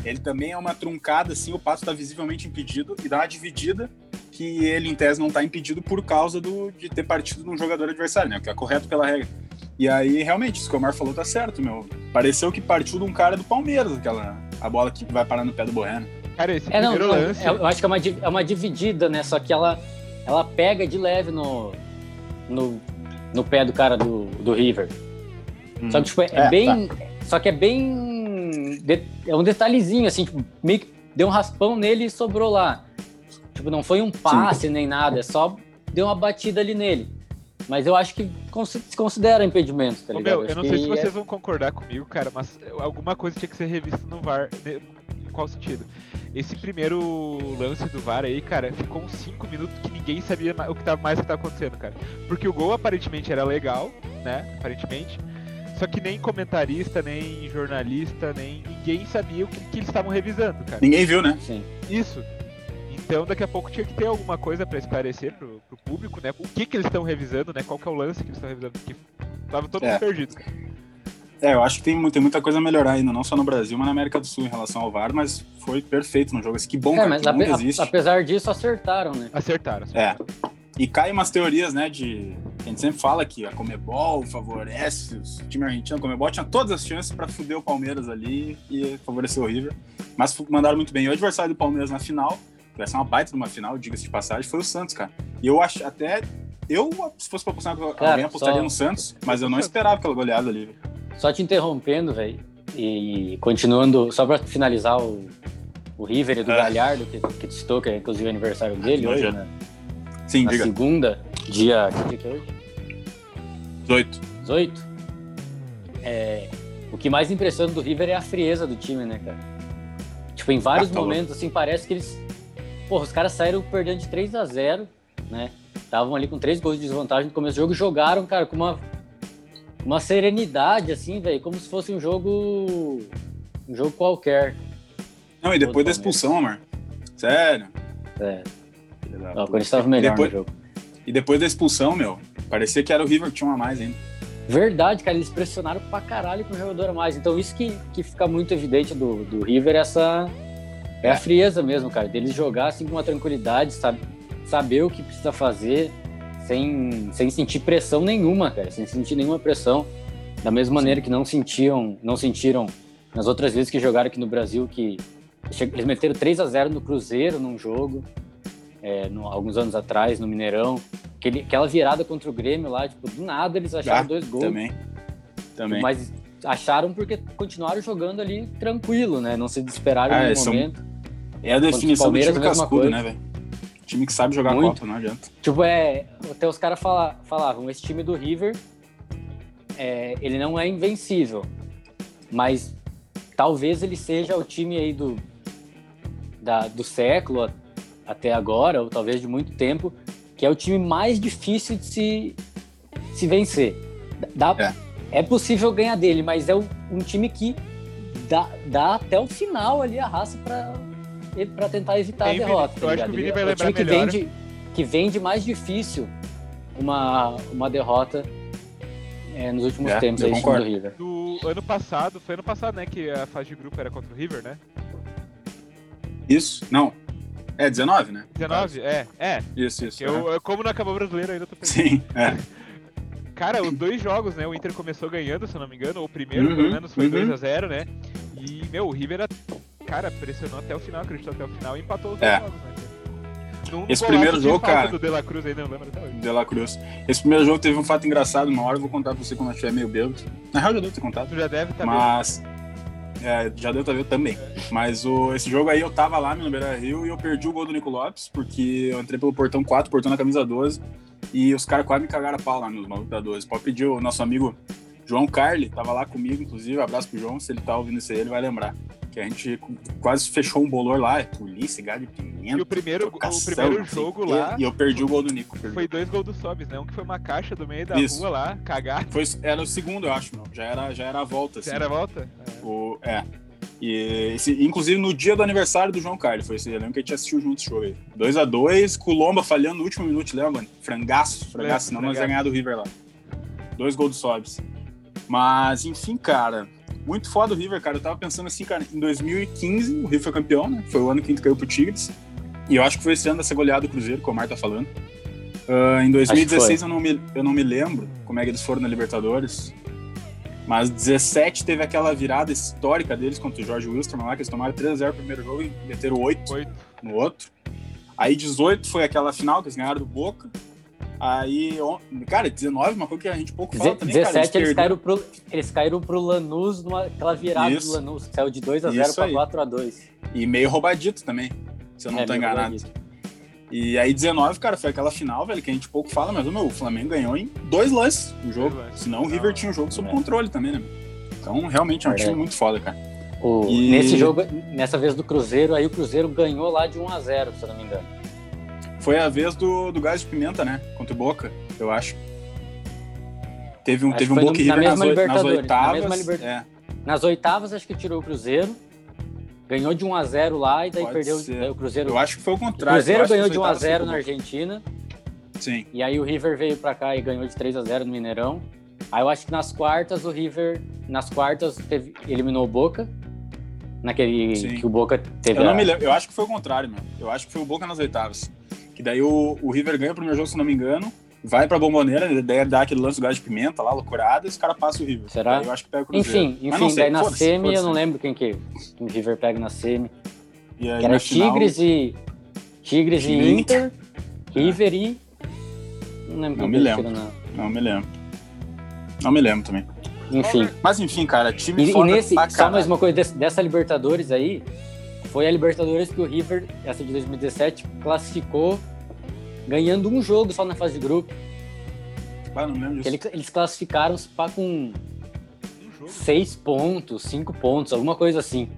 [SPEAKER 2] Ele também é uma truncada, assim, o Pato tá visivelmente impedido e dá uma dividida que ele, em tese, não tá impedido por causa do, de ter partido de um jogador adversário, né? O que é correto pela regra. E aí, realmente, isso que o Omar falou tá certo, meu. Pareceu que partiu de um cara do Palmeiras, aquela a bola que vai parar no pé do Borré, né?
[SPEAKER 3] Cara, esse
[SPEAKER 4] É, não,
[SPEAKER 3] primeiro
[SPEAKER 4] não,
[SPEAKER 3] lance.
[SPEAKER 4] é- eu acho que é uma, di- é uma dividida, né? Só que ela, ela pega de leve no, no, no pé do cara do, do River.
[SPEAKER 3] Hum.
[SPEAKER 4] Só que, tipo, é,
[SPEAKER 2] É,
[SPEAKER 4] bem.
[SPEAKER 3] tá.
[SPEAKER 4] Só que é bem. de- é um detalhezinho, assim, tipo, meio que deu um raspão nele e sobrou lá. Tipo, não foi um passe nem nada, é só deu uma batida ali nele. Mas eu acho que con- se considera impedimento, tá
[SPEAKER 3] Ô,
[SPEAKER 4] ligado?
[SPEAKER 3] meu, eu
[SPEAKER 4] Acho
[SPEAKER 3] não sei
[SPEAKER 4] que
[SPEAKER 3] se
[SPEAKER 4] é-
[SPEAKER 3] vocês vão concordar comigo, cara, mas alguma coisa tinha que ser revista no VAR. né? Em qual sentido? Esse primeiro lance do VAR aí, cara, ficou uns 5 minutos que ninguém sabia ma- o que tava, mais o que tava acontecendo, cara. Porque o gol aparentemente era legal, né? Aparentemente. Só que nem comentarista, nem jornalista, nem ninguém sabia o que, que eles estavam revisando, cara.
[SPEAKER 2] Ninguém viu, né?
[SPEAKER 4] Sim.
[SPEAKER 3] Isso. Então daqui a pouco tinha que ter alguma coisa pra esclarecer pro, pro público, né? O que que eles estão revisando, né? Qual que é o lance que eles estão revisando? Porque tava todo mundo
[SPEAKER 2] É.
[SPEAKER 3] perdido.
[SPEAKER 2] É, eu acho que tem, mu- tem muita coisa a melhorar ainda, não só no Brasil, mas na América do Sul em relação ao VAR, mas foi perfeito no jogo. Assim, que bom,
[SPEAKER 4] É,
[SPEAKER 2] cara,
[SPEAKER 4] mas
[SPEAKER 2] que nunca
[SPEAKER 4] ape-
[SPEAKER 2] existe.
[SPEAKER 4] apesar disso, acertaram, né?
[SPEAKER 3] Acertaram.
[SPEAKER 2] É. E cai umas teorias, né, de... A gente sempre fala que a Comebol favorece os time argentino. A Comebol tinha todas as chances pra fuder o Palmeiras ali e favoreceu o River. Mas fu- mandaram muito bem. E o adversário do Palmeiras na final, que vai ser uma baita de uma final, diga-se de passagem, foi o Santos, cara. E eu acho até... Eu, se fosse pra apostar, com
[SPEAKER 4] Cara,
[SPEAKER 2] alguém apostaria
[SPEAKER 4] só-
[SPEAKER 2] no Santos, mas eu não esperava aquela goleada ali.
[SPEAKER 4] Só te interrompendo, velho, e continuando, só pra finalizar o, o River e do
[SPEAKER 2] Ah.
[SPEAKER 4] Galhardo, que, que tu citou, que é inclusive o aniversário dele
[SPEAKER 2] que
[SPEAKER 4] hoje,
[SPEAKER 2] nojento.
[SPEAKER 4] né?
[SPEAKER 2] Sim,
[SPEAKER 4] Na
[SPEAKER 2] diga.
[SPEAKER 4] segunda, dia. Que dia que é hoje?
[SPEAKER 2] 18.
[SPEAKER 4] 18. É, o que mais impressiona do River é a frieza do time, né, cara? Tipo, em vários
[SPEAKER 2] Ah, tá louco.
[SPEAKER 4] momentos, assim, parece que eles. Porra, os caras saíram perdendo de 3 a 0 né? Estavam ali com três gols de desvantagem no começo do jogo e jogaram, cara, com uma, uma serenidade, assim, velho, como se fosse um jogo. Um jogo qualquer.
[SPEAKER 2] Não, e depois da
[SPEAKER 4] Totalmente.
[SPEAKER 2] expulsão, amor. Sério.
[SPEAKER 4] É,
[SPEAKER 2] Filha da
[SPEAKER 4] não,
[SPEAKER 2] puta.
[SPEAKER 4] quando eles estavam melhor
[SPEAKER 2] Ah, Depois-
[SPEAKER 4] no jogo.
[SPEAKER 2] E depois da expulsão, meu, parecia que era o River que tinha uma a mais ainda.
[SPEAKER 4] Verdade, cara, eles pressionaram pra caralho com o jogador a mais. Então isso que, que fica muito evidente do, do River, essa é a frieza mesmo, cara, deles jogar assim com uma tranquilidade, sabe? Saber o que precisa fazer sem, sem sentir pressão nenhuma, cara, sem sentir nenhuma pressão. Da mesma maneira que não sentiam, não sentiram nas outras vezes que jogaram aqui no Brasil que che- eles meteram 3 a 0 no Cruzeiro num jogo, é, no- alguns anos atrás no Mineirão. Aquele, aquela virada contra o Grêmio lá, tipo, do nada eles acharam
[SPEAKER 2] Ah,
[SPEAKER 4] dois gols.
[SPEAKER 2] Também. Também.
[SPEAKER 4] Então, Mas acharam porque continuaram jogando ali tranquilo, né? Não se desesperaram
[SPEAKER 2] Ah,
[SPEAKER 4] no
[SPEAKER 2] eles são-
[SPEAKER 4] momento.
[SPEAKER 2] É a definição do
[SPEAKER 4] Palmeiras,
[SPEAKER 2] time
[SPEAKER 4] a mesma
[SPEAKER 2] cascudo,
[SPEAKER 4] coisa.
[SPEAKER 2] né, velho? Time que sabe jogar
[SPEAKER 4] Muito.
[SPEAKER 2] Copa, não adianta.
[SPEAKER 4] Tipo, é. Até os caras fala- falavam, esse time do River, é, ele não é invencível. Mas talvez ele seja o time aí do, da- do século a- até agora, ou talvez de muito tempo, que é o time mais difícil de se, se vencer. Dá, é. possível ganhar dele, mas é um, um time que dá, dá até o final ali a raça pra, pra tentar evitar
[SPEAKER 3] Hein,
[SPEAKER 4] a
[SPEAKER 3] Vini?
[SPEAKER 4] derrota.
[SPEAKER 3] É Eu acho que
[SPEAKER 4] tá
[SPEAKER 3] o
[SPEAKER 4] ligado?
[SPEAKER 3] Vini
[SPEAKER 4] Ele-
[SPEAKER 3] vai
[SPEAKER 4] é
[SPEAKER 3] lembrar
[SPEAKER 4] time que
[SPEAKER 3] melhor.
[SPEAKER 4] vende, que vende mais difícil uma, uma derrota é, nos últimos
[SPEAKER 2] É,
[SPEAKER 4] tempos
[SPEAKER 2] eu
[SPEAKER 4] aí, esse time
[SPEAKER 2] concordo.
[SPEAKER 4] do River.
[SPEAKER 3] Do ano passado, foi ano passado, né? Que a fase de grupo era contra o River, né?
[SPEAKER 2] Isso? Não. É 19, né?
[SPEAKER 3] 19? É, é.
[SPEAKER 2] Isso, isso.
[SPEAKER 3] Que eu, eu- como não acabou o brasileiro ainda, eu tô pensando.
[SPEAKER 2] [laughs] Sim, é.
[SPEAKER 3] Cara, os dois jogos, né? O Inter começou ganhando, se eu não me engano. O primeiro,
[SPEAKER 2] Uhum,
[SPEAKER 3] pelo menos, foi
[SPEAKER 2] uhum.
[SPEAKER 3] 2x0, né? E, meu, o River, cara, pressionou até o final, acreditou até o final e empatou os dois
[SPEAKER 2] É.
[SPEAKER 3] jogos, né? cara? Num
[SPEAKER 2] Esse
[SPEAKER 3] golaço
[SPEAKER 2] primeiro
[SPEAKER 3] de
[SPEAKER 2] jogo,
[SPEAKER 3] falta
[SPEAKER 2] cara-
[SPEAKER 3] do De La Cruz ainda, eu lembro até hoje.
[SPEAKER 2] De La Cruz. Esse primeiro jogo teve um fato engraçado, uma hora eu vou contar pra você quando eu estiver meio bêbado. Na real, já devo ter contado.
[SPEAKER 3] Tu já deve tá estar
[SPEAKER 2] Mas. é, já deu pra ver também. Mas o, esse jogo aí eu tava lá no Beira Rio e eu perdi o gol do Nico Lopes, porque eu entrei pelo portão 4, portão na camisa 12, e os caras quase me cagaram a pau lá nos malucos da 12. Pode pedir o nosso amigo João Carli, tava lá comigo, inclusive. Abraço pro João, se ele tá ouvindo isso aí, ele vai lembrar. Que a gente quase fechou um bolor lá, é polícia, gado de pimenta.
[SPEAKER 3] E o primeiro- o
[SPEAKER 2] trocação,
[SPEAKER 3] primeiro
[SPEAKER 2] não sei o
[SPEAKER 3] jogo
[SPEAKER 2] quê.
[SPEAKER 3] lá-
[SPEAKER 2] E eu perdi o gol do Nico. perdi.
[SPEAKER 3] Foi dois gols do Sobs, né? Um que foi uma caixa do meio da
[SPEAKER 2] Isso.
[SPEAKER 3] rua lá, cagar,
[SPEAKER 2] Foi, era o segundo, eu acho, meu. Já era, já era a volta. assim.
[SPEAKER 3] era a volta.
[SPEAKER 2] O- é. E, esse- inclusive no dia do aniversário do João Carlos, foi esse. Eu lembro que a gente assistiu junto esse jogo aí. 2x2, Colomba falhando no último minuto, lembra, mano? Frangaço, frangaço, senão nós ia
[SPEAKER 3] frangaço.
[SPEAKER 2] ganhar do River lá. Dois gols do Sobs. Mas, enfim, cara, muito foda o River, cara. Eu tava pensando assim, cara, em 2015 o River foi campeão, né? Foi o ano que a gente caiu pro Tigres. E eu acho que foi esse ano dessa goleada do Cruzeiro, como o Omar tá falando. Ah, em 2016 eu não, me, eu não me lembro como é que eles foram na Libertadores. Mas 17 teve aquela virada histórica deles contra o Jorge Wilstermann lá, que eles tomaram 3x0 no primeiro jogo e meteram 8
[SPEAKER 3] Oito.
[SPEAKER 2] no outro. Aí 18 foi aquela final que eles ganharam do Boca. Aí, on- cara, 19, uma coisa que a gente pouco fala
[SPEAKER 4] Deze-
[SPEAKER 2] também, cara.
[SPEAKER 4] 17 eles,
[SPEAKER 2] perderam-
[SPEAKER 4] caíram pro, eles caíram pro Lanús, numa, aquela virada
[SPEAKER 2] Isso.
[SPEAKER 4] do Lanús, que saiu de
[SPEAKER 2] Isso
[SPEAKER 4] 2x0
[SPEAKER 2] aí.
[SPEAKER 4] pra 4x2.
[SPEAKER 2] E meio roubadito também, se eu não
[SPEAKER 4] É,
[SPEAKER 2] tô
[SPEAKER 4] meio
[SPEAKER 2] enganado.
[SPEAKER 4] roubadito.
[SPEAKER 2] E aí 19, cara, foi aquela final, velho, que a gente pouco fala, mas meu, o Flamengo ganhou em dois lances o jogo.
[SPEAKER 3] Dois lances.
[SPEAKER 2] Senão o River tinha o jogo sob
[SPEAKER 4] É.
[SPEAKER 2] controle também, né? meu? Então, realmente é um
[SPEAKER 4] Verdade.
[SPEAKER 2] time muito foda, cara.
[SPEAKER 4] O-
[SPEAKER 2] E-
[SPEAKER 4] Nesse jogo, nessa vez do Cruzeiro, aí o Cruzeiro ganhou lá de 1x0, se eu não me engano.
[SPEAKER 2] Foi a vez do, do gás de pimenta, né? Contra o Boca, eu acho. Teve um,
[SPEAKER 4] Acho
[SPEAKER 2] teve
[SPEAKER 4] que
[SPEAKER 2] um
[SPEAKER 4] foi
[SPEAKER 2] Boca e
[SPEAKER 4] na
[SPEAKER 2] River nas,
[SPEAKER 4] mesma
[SPEAKER 2] oi- nas
[SPEAKER 4] Libertadores, na
[SPEAKER 2] oitavas.
[SPEAKER 4] mesma Liberta-
[SPEAKER 2] é,
[SPEAKER 4] Nas oitavas, acho que tirou o Cruzeiro, ganhou de 1x0 lá, e daí
[SPEAKER 2] Pode
[SPEAKER 4] perdeu
[SPEAKER 2] ser.
[SPEAKER 4] daí o Cruzeiro.
[SPEAKER 2] eu acho que foi o
[SPEAKER 4] o
[SPEAKER 2] contrário. eu
[SPEAKER 4] Cruzeiro
[SPEAKER 2] acho que
[SPEAKER 4] ganhou
[SPEAKER 2] nas
[SPEAKER 4] de
[SPEAKER 2] oitavas
[SPEAKER 4] 1x0
[SPEAKER 2] foi
[SPEAKER 4] na
[SPEAKER 2] o Boca.
[SPEAKER 4] Argentina,
[SPEAKER 2] Sim.
[SPEAKER 4] e aí o River veio pra cá e ganhou de 3x0 no Mineirão. Aí eu acho que nas quartas, o River, nas quartas, teve- eliminou o Boca, naquele
[SPEAKER 2] Sim.
[SPEAKER 4] que o Boca teve
[SPEAKER 2] Eu não
[SPEAKER 4] a-
[SPEAKER 2] me lembro, eu acho que foi o contrário, meu. Eu acho que foi o Boca nas oitavas. Que daí o, o River ganha o primeiro jogo, se não me engano, vai pra Bomboneira, né? daí dá aquele lance do gás de pimenta lá, loucurada, e os caras passam o River.
[SPEAKER 4] Será?
[SPEAKER 2] Daí eu acho que pega o Cruzeiro.
[SPEAKER 4] Enfim,
[SPEAKER 2] Mas não
[SPEAKER 4] enfim,
[SPEAKER 2] sei,
[SPEAKER 4] daí na
[SPEAKER 2] foda-se,
[SPEAKER 4] semi, eu
[SPEAKER 2] foda-se.
[SPEAKER 4] não lembro quem que que o River pega na semi.
[SPEAKER 2] E aí,
[SPEAKER 4] Que era
[SPEAKER 2] na final,
[SPEAKER 4] Tigres e. Tigres e
[SPEAKER 2] Tigre e
[SPEAKER 4] Inter, River e. Não
[SPEAKER 2] Não
[SPEAKER 4] lembro quem
[SPEAKER 2] me
[SPEAKER 4] que
[SPEAKER 2] lembro.
[SPEAKER 4] tira na-
[SPEAKER 2] Não me lembro. Não me lembro também.
[SPEAKER 4] Enfim.
[SPEAKER 2] Mas enfim, cara,
[SPEAKER 4] E,
[SPEAKER 2] time
[SPEAKER 4] e
[SPEAKER 2] foda
[SPEAKER 4] nesse,
[SPEAKER 2] pra
[SPEAKER 4] só
[SPEAKER 2] caralho.
[SPEAKER 4] mais uma coisa desse- dessa Libertadores aí, foi a Libertadores que o River, essa de 2017, classificou ganhando um jogo só na fase de grupo.
[SPEAKER 2] Ah, não lembro
[SPEAKER 4] Que
[SPEAKER 2] disso.
[SPEAKER 4] ele- eles classificaram se pá, com
[SPEAKER 3] Um jogo.
[SPEAKER 4] seis pontos, cinco pontos, alguma coisa assim.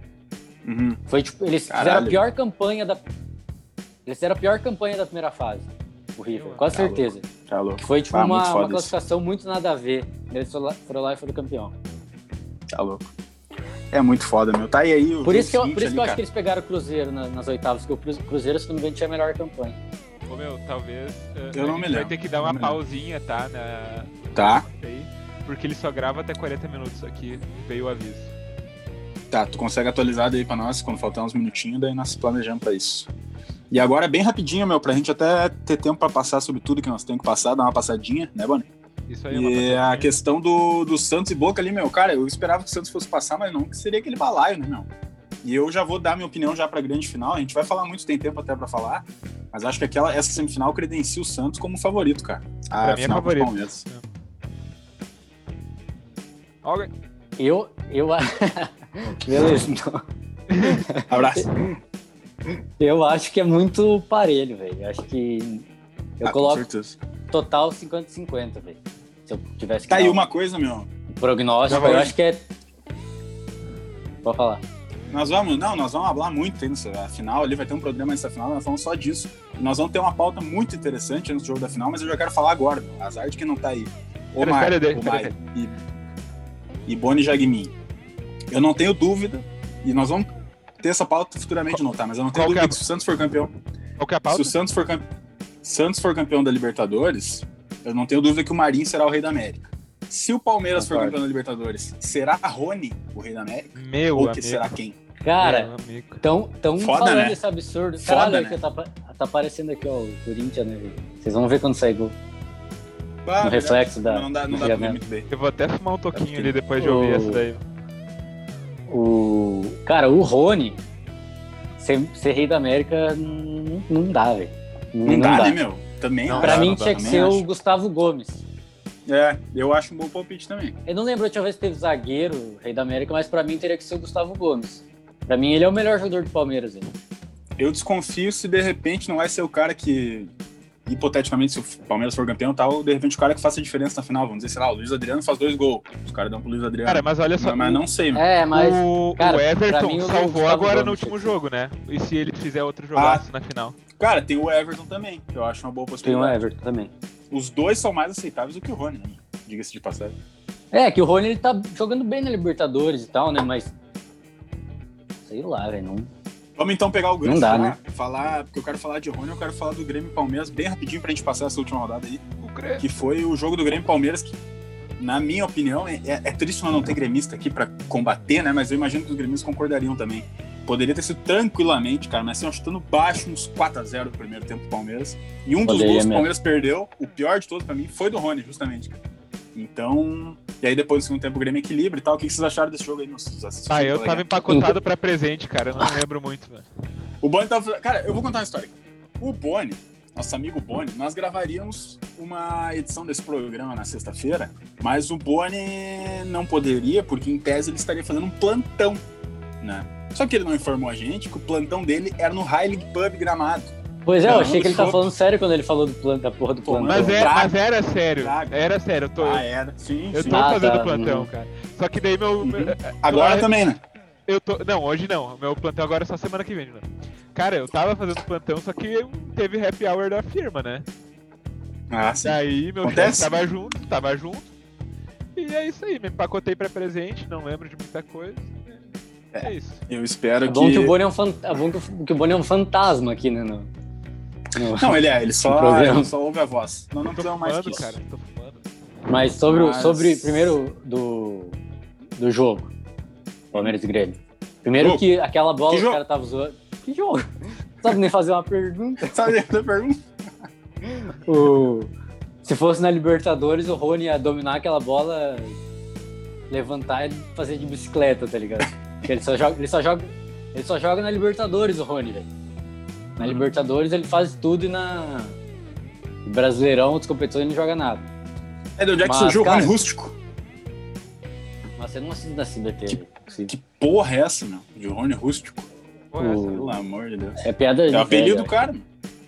[SPEAKER 2] Uhum.
[SPEAKER 4] Foi tipo, eles fizeram
[SPEAKER 2] Caralho.
[SPEAKER 4] a pior campanha da. Eles fizeram a pior campanha da primeira fase. O River, com
[SPEAKER 2] Tá
[SPEAKER 4] certeza.
[SPEAKER 2] Tá louco.
[SPEAKER 4] Que foi tipo
[SPEAKER 2] Ah, muito
[SPEAKER 4] uma,
[SPEAKER 2] foda
[SPEAKER 4] uma
[SPEAKER 2] isso.
[SPEAKER 4] classificação muito nada a ver. Eles foram lá, foram lá e foram campeão.
[SPEAKER 2] Tá louco. É muito foda, meu. Tá aí aí o
[SPEAKER 4] Por isso que eu,
[SPEAKER 2] seguinte
[SPEAKER 4] por isso
[SPEAKER 2] ali,
[SPEAKER 4] que eu acho
[SPEAKER 2] cara.
[SPEAKER 4] que eles pegaram o Cruzeiro na- nas oitavas, porque o Cru- Cruzeiro, se não me engano, tinha a melhor campanha.
[SPEAKER 3] Ô, meu, talvez. eh,
[SPEAKER 2] Eu
[SPEAKER 3] a
[SPEAKER 2] não
[SPEAKER 3] gente
[SPEAKER 2] me
[SPEAKER 3] Vai
[SPEAKER 2] lembro,
[SPEAKER 3] ter que dar
[SPEAKER 2] não
[SPEAKER 3] uma
[SPEAKER 2] me lembro.
[SPEAKER 3] pausinha, tá? Na...
[SPEAKER 2] Tá,
[SPEAKER 3] aí, Porque ele só grava até 40 minutos aqui. Veio o aviso.
[SPEAKER 2] tá. Tu consegue atualizar daí pra nós quando faltar uns minutinhos, daí nós planejamos pra isso. E agora, bem rapidinho, meu, pra gente até ter tempo pra passar sobre tudo que nós temos que passar, dar uma passadinha, né, Boni?
[SPEAKER 3] Isso aí é uma
[SPEAKER 2] E
[SPEAKER 3] passadinha.
[SPEAKER 2] a questão do, do Santos e Boca ali, meu, cara, eu esperava que o Santos fosse passar, mas não, que seria aquele balaio, né, meu? E eu já vou dar minha opinião já pra grande final, a gente vai falar muito, tem tempo até pra falar, mas acho que aquela, essa semifinal credencia o Santos como favorito, cara. A
[SPEAKER 3] Pra mim é
[SPEAKER 2] final tá contra o
[SPEAKER 3] favorito.
[SPEAKER 2] Palmeiras.
[SPEAKER 3] Olga-
[SPEAKER 2] [laughs]
[SPEAKER 4] Eu. eu Beleza, então.
[SPEAKER 2] Abraço.
[SPEAKER 4] Eu acho que é muito parelho, velho. Acho que eu
[SPEAKER 2] Ah, com
[SPEAKER 4] coloco
[SPEAKER 2] certeza.
[SPEAKER 4] total 50-50, velho. Se eu tivesse que
[SPEAKER 2] Tá
[SPEAKER 4] dar
[SPEAKER 2] aí
[SPEAKER 4] um
[SPEAKER 2] uma coisa, meu. Já
[SPEAKER 4] prognóstico,
[SPEAKER 2] vai.
[SPEAKER 4] eu acho que é. Vou falar.
[SPEAKER 2] Nós vamos, não, nós vamos falar muito aí nessa final. Ali vai ter um programa nessa final, nós falamos só disso. E nós vamos ter uma pauta muito interessante antes do jogo da final, mas eu já quero falar agora, meu. Azar de quem não tá aí. Omar,
[SPEAKER 3] Pera, pera,
[SPEAKER 2] Omar
[SPEAKER 3] pera.
[SPEAKER 2] e, e Boni Jagmin. Eu não tenho dúvida, e nós vamos ter essa pauta futuramente não, tá? Mas eu não tenho
[SPEAKER 3] Qual que
[SPEAKER 2] dúvida
[SPEAKER 3] é a-
[SPEAKER 2] que se o Santos for campeão.
[SPEAKER 3] Qual que é a
[SPEAKER 2] Se
[SPEAKER 3] pauta?
[SPEAKER 2] o Santos for, cam- Santos for campeão da Libertadores, eu não tenho dúvida que o Marinho será o Rei da América. Se o Palmeiras for
[SPEAKER 4] Concordo.
[SPEAKER 2] campeão da Libertadores, será Rony o Rei da América?
[SPEAKER 3] Meu
[SPEAKER 2] Ou
[SPEAKER 3] amigo.
[SPEAKER 2] que será quem?
[SPEAKER 4] Cara,
[SPEAKER 3] meu amigo.
[SPEAKER 4] tão, tão
[SPEAKER 2] É. Foda,
[SPEAKER 4] falando
[SPEAKER 2] né?
[SPEAKER 4] desse absurdo.
[SPEAKER 2] Foda,
[SPEAKER 4] Caralho,
[SPEAKER 2] né?
[SPEAKER 4] aqui, tá, pa- tá aparecendo aqui, ó, o Corinthians, né, velho? Vocês vão ver quando sair gol.
[SPEAKER 2] Bah,
[SPEAKER 4] No reflexo da.
[SPEAKER 2] Ah, Não dá, não
[SPEAKER 4] do
[SPEAKER 2] dá pra ver
[SPEAKER 4] ligamento.
[SPEAKER 2] muito bem.
[SPEAKER 3] Eu vou até fumar um toquinho ali depois de
[SPEAKER 4] Ô.
[SPEAKER 3] ouvir essa daí.
[SPEAKER 4] O. Cara, o Rony ser, ser rei da América não, não dá, velho.
[SPEAKER 2] Não, dá, né, meu? Também
[SPEAKER 3] Não,
[SPEAKER 2] acho.
[SPEAKER 4] Pra mim
[SPEAKER 3] não dá,
[SPEAKER 4] tinha que
[SPEAKER 2] também
[SPEAKER 4] ser o
[SPEAKER 2] acho.
[SPEAKER 4] Gustavo Gomes.
[SPEAKER 2] É, eu acho um bom palpite também.
[SPEAKER 4] Eu não lembro a última vez que teve zagueiro, rei da América, mas pra mim teria que ser o Gustavo Gomes. Pra mim ele é o melhor jogador do Palmeiras, velho.
[SPEAKER 2] Eu desconfio se de repente não vai ser o cara que, hipoteticamente, se o Palmeiras for campeão e tal, de repente o cara que faça a diferença na final. Vamos dizer, sei lá, o Luiz Adriano faz dois gols. Os caras dão pro Luiz Adriano.
[SPEAKER 3] Cara, mas olha só.
[SPEAKER 2] mas, mas não sei, mano.
[SPEAKER 4] É, mas.
[SPEAKER 2] Hum.
[SPEAKER 3] o,
[SPEAKER 4] cara,
[SPEAKER 3] o
[SPEAKER 4] pra
[SPEAKER 3] Everton
[SPEAKER 4] mim, o
[SPEAKER 3] salvou
[SPEAKER 4] Gustavo
[SPEAKER 3] agora
[SPEAKER 4] Gomes
[SPEAKER 3] no último
[SPEAKER 4] tinha que
[SPEAKER 3] jogo, né? E se ele fizer
[SPEAKER 2] Ah.
[SPEAKER 3] outro jogaço na final?
[SPEAKER 2] Cara, tem o Everton também, que eu acho uma boa
[SPEAKER 4] Tem o
[SPEAKER 2] possibilidade.
[SPEAKER 4] Everton também.
[SPEAKER 2] Os dois são mais aceitáveis do que o Rony, né? diga-se de passagem.
[SPEAKER 4] É, que o Rony ele tá jogando bem na Libertadores e tal, né? Mas. Sei lá, velho. Não...
[SPEAKER 2] Vamos então pegar o gancho.
[SPEAKER 4] Não dá, né?
[SPEAKER 2] falar, falar, porque eu quero falar de Rony, eu quero falar do Grêmio e Palmeiras bem rapidinho pra gente passar essa última rodada aí,
[SPEAKER 3] É.
[SPEAKER 2] que foi o jogo do Grêmio e Palmeiras que, na minha opinião, é, é- é triste nós não ter gremista aqui pra combater, né? Mas eu imagino que os gremistas concordariam também. Poderia ter sido tranquilamente, cara, mas assim, ó, chutando baixo uns 4x0 no primeiro tempo do Palmeiras. E um dos gols que
[SPEAKER 4] Poderia
[SPEAKER 2] o
[SPEAKER 4] mesmo.
[SPEAKER 2] Palmeiras perdeu, o pior de todos pra mim, foi do Rony, justamente, cara. Então, e aí depois do segundo tempo o Grêmio equilibra e tal. O que que vocês acharam desse jogo aí, meus assistentes?
[SPEAKER 3] Ah, eu tava empacotado pra presente, cara. Eu não lembro muito, velho.
[SPEAKER 2] O Boni tava. Cara, eu vou contar uma história. O Boni, nosso amigo Boni, nós gravaríamos uma edição desse programa na sexta-feira, mas o Boni não poderia, porque em tese ele estaria fazendo um plantão, né? Só que ele não informou a gente que o plantão dele era no Heilig Pub Gramado.
[SPEAKER 4] Pois é,
[SPEAKER 2] Não,
[SPEAKER 4] eu achei que ele tá
[SPEAKER 2] sou-
[SPEAKER 4] falando sério quando ele falou do plano, da porra do
[SPEAKER 2] Pô,
[SPEAKER 4] plano.
[SPEAKER 3] Mas,
[SPEAKER 2] Mano,
[SPEAKER 3] é,
[SPEAKER 2] Braga.
[SPEAKER 3] mas era sério.
[SPEAKER 2] Braga.
[SPEAKER 3] Era sério. Eu tô,
[SPEAKER 2] Ah, era. Sim,
[SPEAKER 3] eu
[SPEAKER 2] sim.
[SPEAKER 3] tô
[SPEAKER 4] Ah,
[SPEAKER 3] fazendo
[SPEAKER 4] tá,
[SPEAKER 3] plantão,
[SPEAKER 4] uhum.
[SPEAKER 3] cara. Só que daí meu.
[SPEAKER 2] Uhum.
[SPEAKER 3] meu-
[SPEAKER 2] Agora
[SPEAKER 3] Claro.
[SPEAKER 2] também, né?
[SPEAKER 3] Eu tô. Não, hoje não. Meu plantão agora é só semana que vem, né? Cara, eu tava fazendo plantão, só que um, teve happy hour da firma, né?
[SPEAKER 2] Ah, sim.
[SPEAKER 3] Daí meu chefe
[SPEAKER 2] Acontece.
[SPEAKER 3] tava junto, tava junto. E é isso aí, me empacotei pra presente, não lembro de muita coisa. É, é isso.
[SPEAKER 2] Eu espero
[SPEAKER 4] É bom que o
[SPEAKER 2] que.
[SPEAKER 4] Boni é um, fan- é bom que o- que o Boni é um fantasma aqui, né? No... no-
[SPEAKER 2] Não, ele é,
[SPEAKER 4] [laughs]
[SPEAKER 2] ele
[SPEAKER 4] O
[SPEAKER 2] só,
[SPEAKER 4] programa.
[SPEAKER 2] ele só ouve a voz. Nós não
[SPEAKER 3] Tô
[SPEAKER 2] precisamos mais
[SPEAKER 3] fumando,
[SPEAKER 2] que isso.
[SPEAKER 3] cara. Tô fumando.
[SPEAKER 4] Mas sobre, o-
[SPEAKER 2] Mas-
[SPEAKER 4] sobre primeiro do, do jogo, Palmeiras e Grêmio. Primeiro
[SPEAKER 2] Jogo.
[SPEAKER 4] que aquela bola
[SPEAKER 2] Que
[SPEAKER 4] que o
[SPEAKER 2] jogo?
[SPEAKER 4] cara tava zoando. Que jogo? Não sabe nem fazer uma pergunta.
[SPEAKER 2] [laughs] Sabe a pergunta?
[SPEAKER 4] O... Se fosse na Libertadores, o Rony ia dominar aquela bola, levantar e fazer de bicicleta, tá ligado? Porque ele só joga, ele só joga, ele só joga na Libertadores, o Rony, velho. Na Libertadores ele faz tudo e na no Brasileirão, outras competições, ele não joga nada.
[SPEAKER 2] É de onde é que
[SPEAKER 4] Mas,
[SPEAKER 2] surgiu o Rony
[SPEAKER 4] cara,
[SPEAKER 2] Rústico?
[SPEAKER 4] Mas você não assiste na CBT, velho. Sim.
[SPEAKER 2] Que porra é essa, meu? De Rony Rústico?
[SPEAKER 3] Porra,
[SPEAKER 4] O-
[SPEAKER 3] essa- é
[SPEAKER 2] Pelo amor de Deus.
[SPEAKER 4] É piada de
[SPEAKER 2] É o apelido
[SPEAKER 4] velho,
[SPEAKER 2] do cara, meu.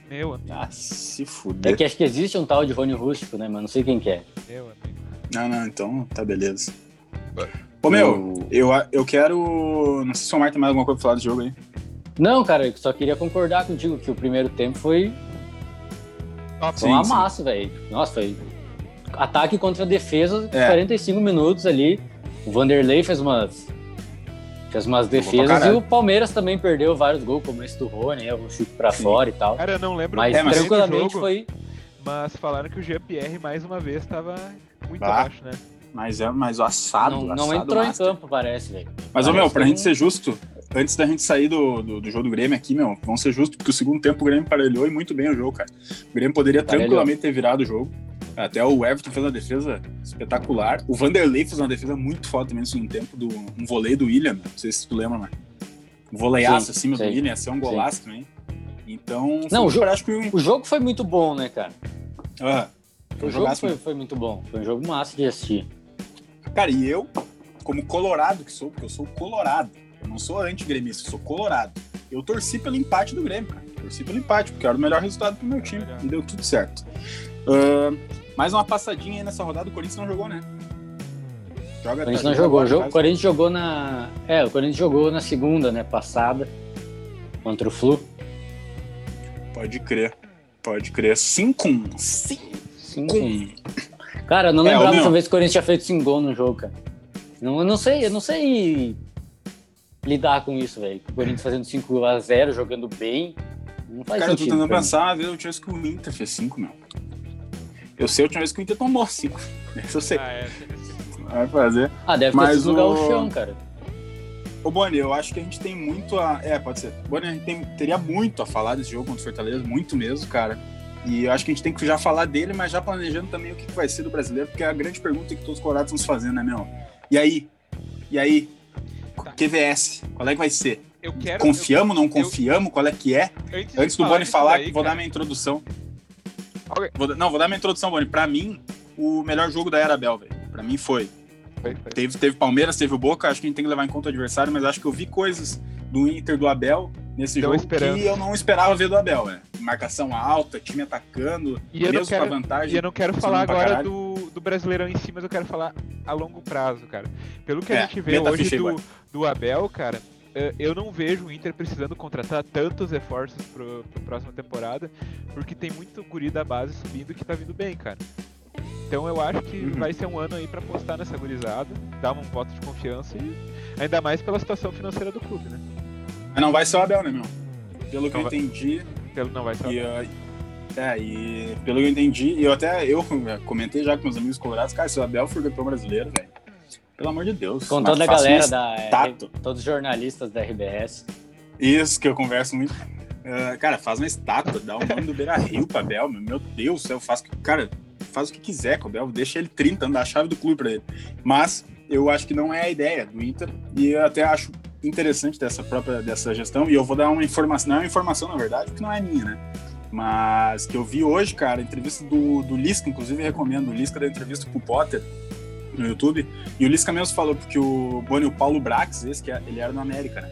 [SPEAKER 3] Meu amigo,
[SPEAKER 2] Ah, se
[SPEAKER 4] É
[SPEAKER 2] fuder.
[SPEAKER 4] que acho que existe um tal de Rony Rústico, né? Mas não sei quem que é.
[SPEAKER 3] meu amigo.
[SPEAKER 2] Não, não, então tá beleza. Ô, meu, eu, eu quero. Não sei se o Omar tem mais alguma coisa pra falar do jogo aí.
[SPEAKER 4] Não, cara, eu só queria concordar contigo que o primeiro tempo foi,
[SPEAKER 3] Top.
[SPEAKER 4] foi
[SPEAKER 2] Ah, Sim,
[SPEAKER 4] um
[SPEAKER 2] sim.
[SPEAKER 4] amasso, velho. Nossa, foi ataque contra defesa,
[SPEAKER 2] É.
[SPEAKER 4] 45 minutos ali. O Vanderlei fez umas, fez umas defesas e
[SPEAKER 2] caralho.
[SPEAKER 4] o Palmeiras também perdeu vários gols, como esse do Rony, né, o chute pra
[SPEAKER 2] Sim.
[SPEAKER 4] fora e tal.
[SPEAKER 3] Cara, eu não lembro
[SPEAKER 4] Mas
[SPEAKER 2] É, mas-
[SPEAKER 3] desse
[SPEAKER 4] tranquilamente
[SPEAKER 3] jogo,
[SPEAKER 4] foi.
[SPEAKER 3] Mas falaram que o GPR mais uma vez tava muito
[SPEAKER 2] Ah.
[SPEAKER 3] abaixo, né?
[SPEAKER 2] Mas é, mas o assado.
[SPEAKER 4] Não,
[SPEAKER 2] o
[SPEAKER 4] não
[SPEAKER 2] assado
[SPEAKER 4] entrou então. em
[SPEAKER 2] master.
[SPEAKER 4] campo, parece, velho.
[SPEAKER 2] Mas, ô, meu, pra
[SPEAKER 4] Parece
[SPEAKER 2] gente
[SPEAKER 4] um-
[SPEAKER 2] ser justo, antes da gente sair do, do, do jogo do Grêmio aqui, meu, vamos ser justos, porque o segundo tempo o Grêmio parelhou e muito bem o jogo, cara. O Grêmio poderia
[SPEAKER 4] Parelhou.
[SPEAKER 2] tranquilamente ter virado o jogo. Até o Everton fez uma defesa espetacular. O Vanderlei fez uma defesa muito foda também no segundo tempo, do, um voleio do William, não sei se tu lembra, mano. Um voleiaço
[SPEAKER 4] Sim,
[SPEAKER 2] assim, meu, do
[SPEAKER 4] sei.
[SPEAKER 2] William, ia ser um golaço também. Então, foi
[SPEAKER 4] Não,
[SPEAKER 2] um
[SPEAKER 4] o jogo-
[SPEAKER 2] jogo, acho que o...
[SPEAKER 4] O jogo foi muito bom, né, cara?
[SPEAKER 2] Ah, foi
[SPEAKER 4] O
[SPEAKER 2] um
[SPEAKER 4] jogo
[SPEAKER 2] jogaço,
[SPEAKER 4] foi, foi muito bom. Foi um jogo massa de assistir.
[SPEAKER 2] Cara, e eu, como colorado que sou, porque eu sou colorado, eu não sou anti-gremista, eu sou colorado. eu torci pelo empate do Grêmio, cara. Torci pelo empate, porque era o melhor resultado pro meu time.
[SPEAKER 3] melhor.
[SPEAKER 2] E deu tudo certo. Ahn, mais uma passadinha aí nessa rodada, o Corinthians não jogou, né? Joga
[SPEAKER 4] O Corinthians
[SPEAKER 2] tá, joga
[SPEAKER 4] não jogou. O
[SPEAKER 2] agora,
[SPEAKER 4] jogo-
[SPEAKER 2] faz-
[SPEAKER 4] o Corinthians jogou na. É, o Corinthians jogou na segunda, né? Passada. Contra o Flu.
[SPEAKER 2] Pode crer. Pode crer. 5-1. 5
[SPEAKER 4] Cinco.
[SPEAKER 2] um.
[SPEAKER 4] Cara, eu não
[SPEAKER 2] É, ô,
[SPEAKER 4] lembrava
[SPEAKER 2] meu.
[SPEAKER 4] a última vez que o Corinthians tinha feito cinco gols no jogo, cara. Não, eu não sei, eu não sei lidar com isso, velho. O Corinthians fazendo 5x0, jogando bem. Não faz
[SPEAKER 2] Cara, eu tô
[SPEAKER 4] sentido.
[SPEAKER 2] tentando
[SPEAKER 4] pra mim.
[SPEAKER 2] pensar, a vez a última vez que o Inter fez 5, meu. Eu sei a última vez que o Inter tomou 5. Isso [laughs] eu sei.
[SPEAKER 5] Ah, é.
[SPEAKER 2] Vai fazer.
[SPEAKER 4] Ah, deve ter
[SPEAKER 2] Mas
[SPEAKER 4] sido
[SPEAKER 2] o-
[SPEAKER 4] o Galchão, cara.
[SPEAKER 2] Ô, Boni, eu acho que a gente tem muito a. É, pode ser. Boni, a gente tem- teria muito a falar desse jogo contra o Fortaleza, muito mesmo, cara. E eu acho que a gente tem que já falar dele, mas já planejando também o que que vai ser do brasileiro, porque é a grande pergunta que todos os colorados estão se fazendo, né, meu? E aí? E aí?
[SPEAKER 5] Tá.
[SPEAKER 2] QVS, qual é que vai ser?
[SPEAKER 5] Eu quero.
[SPEAKER 2] Confiamos, não
[SPEAKER 5] eu-
[SPEAKER 2] confiamos? Qual é que é?
[SPEAKER 5] eu- antes,
[SPEAKER 2] Antes do
[SPEAKER 5] falar
[SPEAKER 2] Boni
[SPEAKER 5] disso
[SPEAKER 2] falar,
[SPEAKER 5] daí,
[SPEAKER 2] vou dar
[SPEAKER 5] cara,
[SPEAKER 2] minha introdução.
[SPEAKER 3] Ok.
[SPEAKER 2] Vou dar- não, vou dar minha introdução, Boni. Pra mim, o melhor jogo da Era Bel, velho. Pra mim foi.
[SPEAKER 3] Foi, foi.
[SPEAKER 2] Teve, teve Palmeiras, teve o Boca, acho que a gente tem que levar em conta o adversário, mas acho que eu vi coisas do Inter, do Abel, nesse
[SPEAKER 3] Deu
[SPEAKER 2] jogo
[SPEAKER 3] esperança.
[SPEAKER 2] que eu não esperava ver do Abel. É. Marcação alta, time atacando,
[SPEAKER 3] E eu,
[SPEAKER 2] mesmo com
[SPEAKER 3] não
[SPEAKER 2] a
[SPEAKER 3] quero, e
[SPEAKER 2] vantagem.
[SPEAKER 3] eu não quero falar
[SPEAKER 2] pra
[SPEAKER 3] agora
[SPEAKER 2] caralho.
[SPEAKER 3] do, do Brasileirão em si, mas eu quero falar a longo prazo, cara. Pelo que
[SPEAKER 2] É,
[SPEAKER 3] a gente vê
[SPEAKER 2] meta a
[SPEAKER 3] hoje
[SPEAKER 2] ficha aí,
[SPEAKER 3] do,
[SPEAKER 2] vai.
[SPEAKER 3] do Abel, cara, eh, eu não vejo o Inter precisando contratar tantos reforços pro, pro próxima temporada, porque tem muito guri da base subindo que tá vindo bem, cara. Então eu acho que
[SPEAKER 2] Uhum.
[SPEAKER 3] vai ser um ano aí pra apostar nessa gurizada, dar um voto de confiança e ainda mais pela situação financeira do clube, né?
[SPEAKER 2] Mas não vai ser o Abel, né, meu? Pelo que
[SPEAKER 3] Não
[SPEAKER 2] eu
[SPEAKER 3] Então vai. Tá.
[SPEAKER 2] entendi,
[SPEAKER 3] Pelo Então, não vai ser.
[SPEAKER 2] E, ah, é, e pelo que eu entendi, eu até eu é, comentei já com meus amigos colorados, cara, se o Abel for campeão brasileiro, velho, pelo amor de Deus.
[SPEAKER 4] Contando a
[SPEAKER 2] mas faça
[SPEAKER 4] galera
[SPEAKER 2] um
[SPEAKER 4] da. é,
[SPEAKER 2] Tato.
[SPEAKER 4] Todos os jornalistas da RBS.
[SPEAKER 2] Isso que eu converso muito. Ah, cara, faz uma estátua, dá o nome do Beira Rio pra Abel, meu, meu Deus do céu, faz que. Cara, faz o que quiser com o Abel, deixa ele 30 anos, dá a chave do clube pra ele. Mas eu acho que não é a ideia do Inter, e eu até acho interessante dessa própria dessa gestão, e eu vou dar uma informação, não é uma informação, na verdade, porque não é minha, né? Mas que eu vi hoje, cara, a entrevista do, do Lisca, inclusive eu recomendo, o Lisca da entrevista pro Potter no YouTube, e o Lisca mesmo falou, porque o Boni, o Paulo Brax, esse que é- ele era no América, né?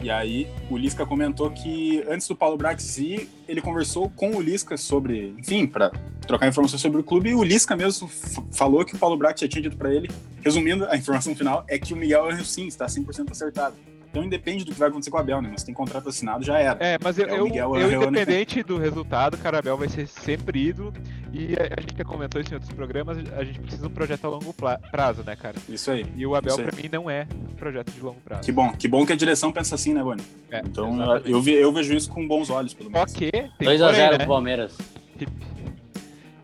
[SPEAKER 2] E aí o Lisca comentou que antes do Paulo Brax ir, ele conversou com o Lisca sobre, enfim, para trocar informações sobre o clube, e o Lisca mesmo f- falou que o Paulo Brax já tinha dito para ele Resumindo, a informação final é que o Miguel tá Angel sim está 100% acertado. Então independe do que vai acontecer com o Abel, né? Mas tem contrato assinado, já era.
[SPEAKER 3] É, mas eu,
[SPEAKER 2] É o
[SPEAKER 3] eu,
[SPEAKER 2] Miguel
[SPEAKER 3] eu,
[SPEAKER 2] Arreola, né?
[SPEAKER 3] independente do resultado, o Carabel vai ser sempre ídolo. E a a gente já comentou isso em outros programas, a gente precisa de um projeto a longo pla- prazo, né, cara?
[SPEAKER 2] Isso aí.
[SPEAKER 3] E o Abel,
[SPEAKER 2] Isso aí.
[SPEAKER 3] pra mim, não é um projeto de longo prazo.
[SPEAKER 2] Que bom, que bom que a direção pensa assim, né, Boni?
[SPEAKER 3] É,
[SPEAKER 2] então
[SPEAKER 3] exatamente.
[SPEAKER 2] eu, vi- eu vejo isso com bons olhos, pelo
[SPEAKER 3] Só
[SPEAKER 2] menos.
[SPEAKER 3] que tem um porém,
[SPEAKER 4] 2x0
[SPEAKER 3] né?
[SPEAKER 4] pro Palmeiras.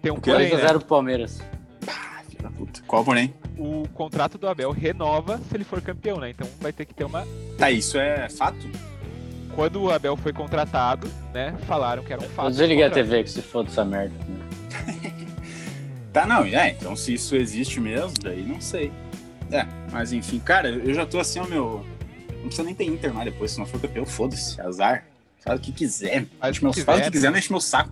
[SPEAKER 3] Tem um
[SPEAKER 2] O quê?
[SPEAKER 3] porém, né?
[SPEAKER 4] 2x0 pro Palmeiras.
[SPEAKER 2] Ah, filha da puta. Qual, porém?
[SPEAKER 3] O contrato do Abel renova se ele for campeão, né? Então vai ter que ter uma...
[SPEAKER 2] Tá, isso é fato?
[SPEAKER 3] Quando o Abel foi contratado, né, falaram que era um fato.
[SPEAKER 4] Eu desliguei a
[SPEAKER 3] Contrato.
[SPEAKER 4] TV que se foda essa merda.
[SPEAKER 2] Tá, não, é. Então se isso existe mesmo, daí não sei. É, mas enfim, cara, eu já tô assim, ó, meu. Não precisa nem ter Inter mais depois, se não for campeão, foda-se, azar. Faz o que quiser,
[SPEAKER 3] Faz
[SPEAKER 2] Enche meu-
[SPEAKER 3] o que
[SPEAKER 2] Faz o que
[SPEAKER 3] quiser,
[SPEAKER 2] quiser,
[SPEAKER 3] né?
[SPEAKER 2] não enche meu saco.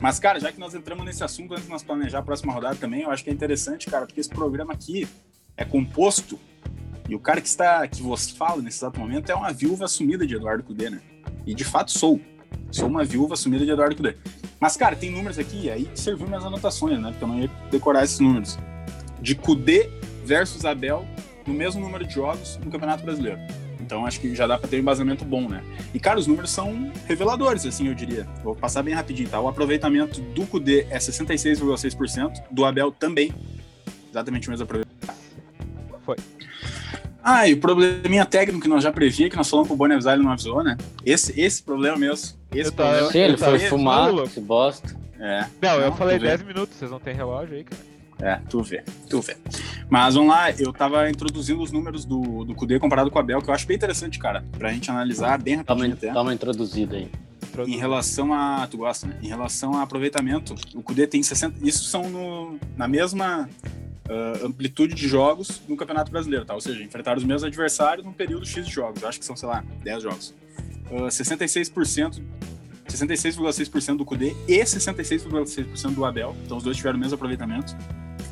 [SPEAKER 2] Mas, cara, já que nós entramos nesse assunto antes de nós planejar a próxima rodada também, eu acho que é interessante, cara, porque esse programa aqui é composto e o cara que está que vos fala nesse exato momento é uma viúva sumida de Eduardo Cudê, né? E de fato sou. Sou uma viúva sumida de Eduardo Cudê. Mas, cara, tem números aqui, e aí que serviu minhas anotações, né? Porque eu não ia decorar esses números. De Cudê versus Abel, no mesmo número de jogos no Campeonato Brasileiro. Então acho que já dá pra ter um embasamento bom, né? E, cara, os números são reveladores, assim, eu diria. Vou passar bem rapidinho, tá? O aproveitamento do Cudê é 66,6%, do Abel também. Exatamente o mesmo aproveitamento.
[SPEAKER 3] Foi.
[SPEAKER 2] Ah, e o probleminha técnico que nós já previa, que nós falamos pro Boni avisar, ele não avisou, né? Esse, esse problema mesmo. Esse
[SPEAKER 3] Eu tava-
[SPEAKER 2] problema.
[SPEAKER 4] Sim, ele foi
[SPEAKER 2] Esse-
[SPEAKER 4] fumar,
[SPEAKER 3] maluco.
[SPEAKER 4] esse bosta.
[SPEAKER 2] É.
[SPEAKER 3] Não, eu
[SPEAKER 2] Não,
[SPEAKER 3] falei
[SPEAKER 2] tudo bem.
[SPEAKER 3] 10 minutos, vocês não têm relógio aí, cara.
[SPEAKER 2] É, tu vê, tu vê. Mas vamos lá, eu tava introduzindo os números do, do Kudê comparado com o Abel, que eu acho bem interessante, cara, pra gente analisar bem
[SPEAKER 4] Dá uma,
[SPEAKER 2] rapidinho
[SPEAKER 3] é.
[SPEAKER 2] até.
[SPEAKER 4] dá Tá uma introduzida aí.
[SPEAKER 2] Em relação a. Tu gosta, né? Em relação a aproveitamento, o Kudê tem 60. Isso são no- na mesma ah, amplitude de jogos no Campeonato Brasileiro, tá? Ou seja, enfrentaram os mesmos adversários num período X de jogos. Eu acho que são, sei lá, 10 jogos. Ah, 66%. 66,6% do Kudê e 66,6% do Abel. Então os dois tiveram o mesmo aproveitamento.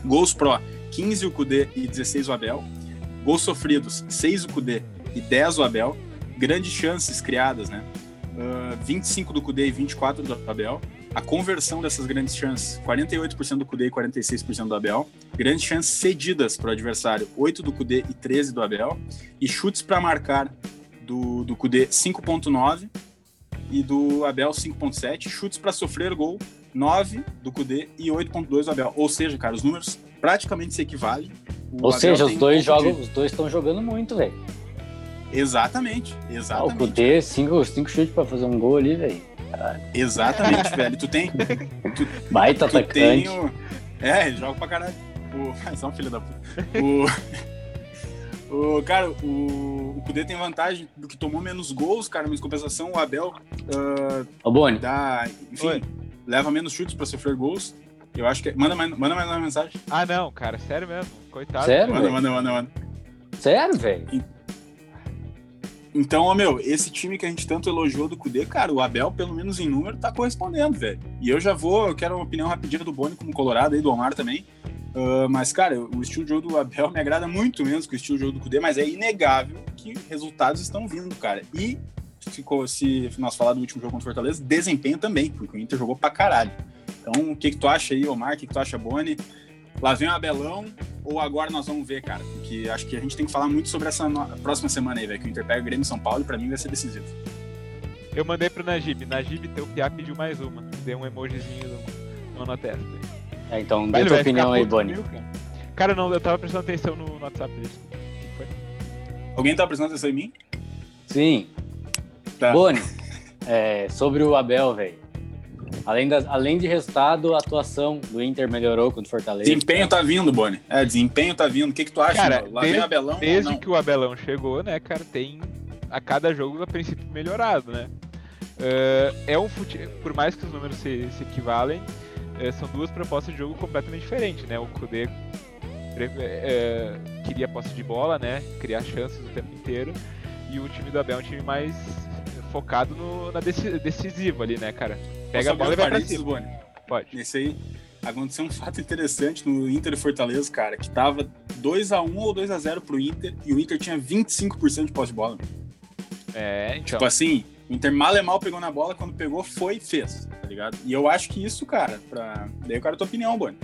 [SPEAKER 2] Gols pró, 15 o Kudê e 16 o Abel. Gols sofridos, 6 o Kudê e 10 o Abel grandes chances criadas, né? Ah, 25 do Kudê e 24 do Abel. A conversão dessas grandes chances, 48% do Kudê e 46% do Abel. Grandes chances cedidas para o adversário, 8 do Kudê e 13 do Abel. E chutes para marcar do, do Kudê, 5.9 e do Abel, 5.7. Chutes para sofrer gol, 9 do Kudê e 8.2 do Abel. Ou seja, cara, os números praticamente se equivalem. O
[SPEAKER 4] Ou
[SPEAKER 2] Abel
[SPEAKER 4] seja, os
[SPEAKER 2] tem um
[SPEAKER 4] dois
[SPEAKER 2] ponto de-
[SPEAKER 4] jogam, os dois estão jogando muito, velho.
[SPEAKER 2] Exatamente,
[SPEAKER 4] Ah, o
[SPEAKER 2] exatamente.
[SPEAKER 4] Kudê, cinco, cinco chutes pra fazer um gol ali, velho.
[SPEAKER 2] Exatamente, velho. Tu
[SPEAKER 4] [laughs]
[SPEAKER 2] tem,
[SPEAKER 4] Baita
[SPEAKER 2] tu tem
[SPEAKER 4] atacante.
[SPEAKER 3] um-
[SPEAKER 2] o... É, ele joga pra caralho. O... [laughs] Mas é um filho da puta. O... [laughs] o... Cara, o... o Kudê tem vantagem do que tomou menos gols, cara, mas em compensação o Abel
[SPEAKER 4] Ô, Boni,
[SPEAKER 2] dá... Enfim,
[SPEAKER 3] Oi.
[SPEAKER 2] leva menos chutes pra sofrer gols. Eu acho que... é- Manda mais, manda mais uma mensagem.
[SPEAKER 3] Ah, não, cara, sério mesmo. Coitado.
[SPEAKER 4] Sério?
[SPEAKER 2] Manda,
[SPEAKER 4] velho?
[SPEAKER 2] manda, manda, manda.
[SPEAKER 4] sério, velho?
[SPEAKER 2] Então, ó, meu, esse time que a gente tanto elogiou do Kudê, cara, o Abel, pelo menos em número, tá correspondendo, velho. E eu já vou, eu quero uma opinião rapidinha do Boni como Colorado aí, do Omar também. Ah, mas, cara, o estilo de jogo do Abel [laughs] me agrada muito menos que o estilo de jogo do Kudê, mas é inegável que resultados estão vindo, cara. E ficou, se nós falar do último jogo contra o Fortaleza, desempenho também, porque o Inter jogou pra caralho. Então, o que, que tu acha aí, Omar? O que, que tu acha, Boni? Lá vem o Abelão, ou agora nós vamos ver, cara? Porque acho que a gente tem que falar muito sobre essa no- próxima semana aí, velho. Que o Inter pega o Grêmio em São Paulo e pra mim vai ser decisivo.
[SPEAKER 3] Eu mandei pro Najib. Najib, teu piá pediu mais uma. Deu um emojizinho no, no nota extra.
[SPEAKER 4] É, então,
[SPEAKER 3] Vai,
[SPEAKER 4] dê
[SPEAKER 3] ele
[SPEAKER 4] tua
[SPEAKER 3] vai ficar
[SPEAKER 4] opinião aí,
[SPEAKER 3] puto
[SPEAKER 4] Boni.
[SPEAKER 3] comigo, cara. Cara, não, eu tava prestando atenção no, no WhatsApp dele. O que foi?
[SPEAKER 2] Alguém tá prestando atenção em mim?
[SPEAKER 4] Sim.
[SPEAKER 2] Tá.
[SPEAKER 4] Boni, é, sobre o Abel, velho. Além, das- além de resultado, a atuação do Inter melhorou contra o Fortaleza.
[SPEAKER 2] Desempenho tá vindo, Boni. É, desempenho tá vindo. O que, que tu acha,
[SPEAKER 3] Cara,
[SPEAKER 2] meu? Lá vem o
[SPEAKER 3] desde-
[SPEAKER 2] Abelão.
[SPEAKER 3] Desde
[SPEAKER 2] não.
[SPEAKER 3] que o Abelão chegou, né, cara, tem a cada jogo a princípio melhorado, né? Ah, é um fute... por mais que os números se, se equivalem, eh, são duas propostas de jogo completamente diferentes, né? O Kudê pre- eh, queria posse de bola, né? Criar chances o tempo inteiro. E o time do Abel é um time mais focado no, na deci- decisivo ali, né, cara?
[SPEAKER 2] Posso
[SPEAKER 3] Pega a
[SPEAKER 2] abrir
[SPEAKER 3] bola
[SPEAKER 2] um
[SPEAKER 3] e vai pra
[SPEAKER 2] parênteses,
[SPEAKER 3] cima.
[SPEAKER 2] Boni?
[SPEAKER 3] Pode.
[SPEAKER 2] Nesse aí, aconteceu um fato interessante no Inter e Fortaleza, cara, que tava 2x1 ou 2x0 pro Inter e o Inter tinha 25% de posse de bola.
[SPEAKER 3] É, então.
[SPEAKER 2] Tipo assim, o Inter mal é mal pegou na bola, quando pegou, foi e fez, tá ligado? E eu acho que isso, cara, pra... daí eu quero a tua opinião, Boni.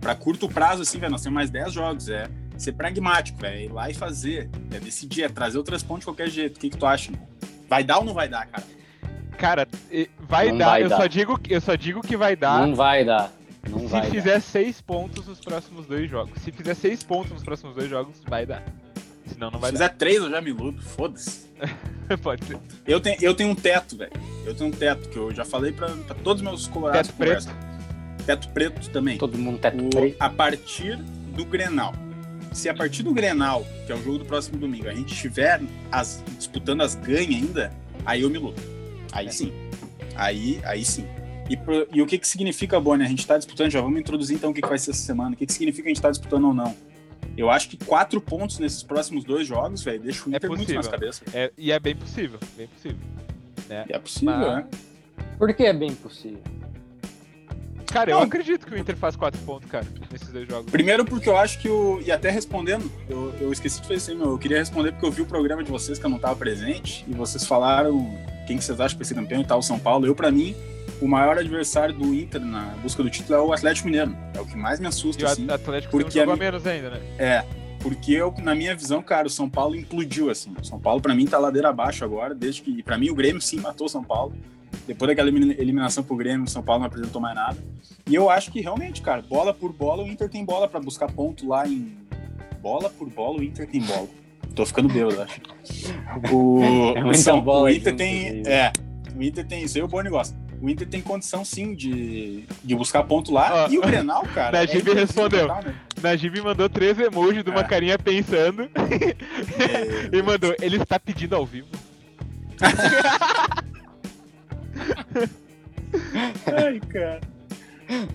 [SPEAKER 2] Pra curto prazo, assim, velho, nós temos mais 10 jogos, é ser pragmático, é ir lá e fazer, é decidir, é trazer o três pontos de qualquer jeito. O que, que tu acha, mano? Vai dar ou não vai dar, cara?
[SPEAKER 3] Cara, eh, vai
[SPEAKER 4] Não
[SPEAKER 3] dar.
[SPEAKER 4] vai
[SPEAKER 3] eu,
[SPEAKER 4] dar.
[SPEAKER 3] Só digo, que- eu só digo que vai dar.
[SPEAKER 4] Não vai dar. Não
[SPEAKER 3] Se
[SPEAKER 4] vai dar.
[SPEAKER 3] fizer seis pontos nos próximos dois jogos. Se fizer seis pontos nos próximos dois jogos, vai dar. Senão não vai
[SPEAKER 2] Se fizer três, eu já me iludo, foda-se.
[SPEAKER 3] dar. [laughs] Pode ser.
[SPEAKER 2] Eu tenho, eu tenho um teto, velho. Eu tenho um teto, que eu já falei pra, pra todos os meus colorados.
[SPEAKER 3] Teto
[SPEAKER 2] que
[SPEAKER 3] preto.
[SPEAKER 2] conversam. Teto preto também.
[SPEAKER 4] Todo mundo tá teto
[SPEAKER 2] O-
[SPEAKER 4] preto.
[SPEAKER 2] a partir do Grenal. Se a partir do Grenal, que é o jogo do próximo domingo, a gente estiver as- disputando as ganhas ainda, aí eu me luto. Aí sim. Aí, aí sim. E, pro- e o que, que significa, Boni? A gente está disputando, já vamos introduzir então o que, que vai ser essa semana. O que, que significa que a gente está disputando ou não? Eu acho que quatro pontos nesses próximos dois jogos, velho, deixa o
[SPEAKER 3] É
[SPEAKER 2] Inter muito
[SPEAKER 3] possível.
[SPEAKER 2] nas cabeças.
[SPEAKER 3] É, e é bem possível. Bem possível.
[SPEAKER 2] É possível,
[SPEAKER 3] Mas-
[SPEAKER 2] né?
[SPEAKER 4] Por que é bem possível?
[SPEAKER 3] Cara, eu
[SPEAKER 2] Não.
[SPEAKER 3] acredito que o Inter faz quatro pontos, cara, nesses dois jogos.
[SPEAKER 2] Primeiro porque eu acho que o. E até respondendo, eu, eu esqueci de fazer isso, meu. Eu queria responder porque eu vi o programa de vocês que eu não tava presente. E vocês falaram quem que vocês acham que vai ser campeão e tal, São Paulo. Eu, pra mim, o maior adversário do Inter na busca do título é o Atlético Mineiro. É o que mais me
[SPEAKER 3] E
[SPEAKER 2] assusta,
[SPEAKER 3] o
[SPEAKER 2] assim.
[SPEAKER 3] At- Atlético
[SPEAKER 2] Porque
[SPEAKER 3] tem
[SPEAKER 2] a
[SPEAKER 3] um jogo a
[SPEAKER 2] mi-
[SPEAKER 3] menos ainda, né?
[SPEAKER 2] É. Porque eu, na minha visão, cara, o São Paulo implodiu, assim. O São Paulo, pra mim, tá ladeira abaixo agora, desde que. E pra mim, o Grêmio sim matou o São Paulo. Depois daquela elimina- eliminação pro Grêmio, o São Paulo não apresentou mais nada. E eu acho que realmente, cara, bola por bola, o Inter tem bola pra buscar ponto lá em. Bola por bola, o Inter tem bola. Tô ficando bêbado, acho. O,
[SPEAKER 4] [laughs] É
[SPEAKER 2] o
[SPEAKER 4] muita
[SPEAKER 2] São-
[SPEAKER 4] bola
[SPEAKER 2] o Inter
[SPEAKER 4] junto,
[SPEAKER 2] tem.
[SPEAKER 4] né?
[SPEAKER 2] É. O Inter tem. Isso aí o Boni gosta. O Inter tem condição sim de, de buscar ponto lá.
[SPEAKER 3] Ó,
[SPEAKER 2] e o Grenal, cara.
[SPEAKER 3] Najib
[SPEAKER 2] impossível
[SPEAKER 3] respondeu.
[SPEAKER 2] tá, né?
[SPEAKER 3] Najib mandou três emojis de uma
[SPEAKER 2] É. [laughs]
[SPEAKER 3] carinha pensando
[SPEAKER 2] É,
[SPEAKER 3] e mandou, ele está pedindo ao vivo.
[SPEAKER 2] Ai, cara.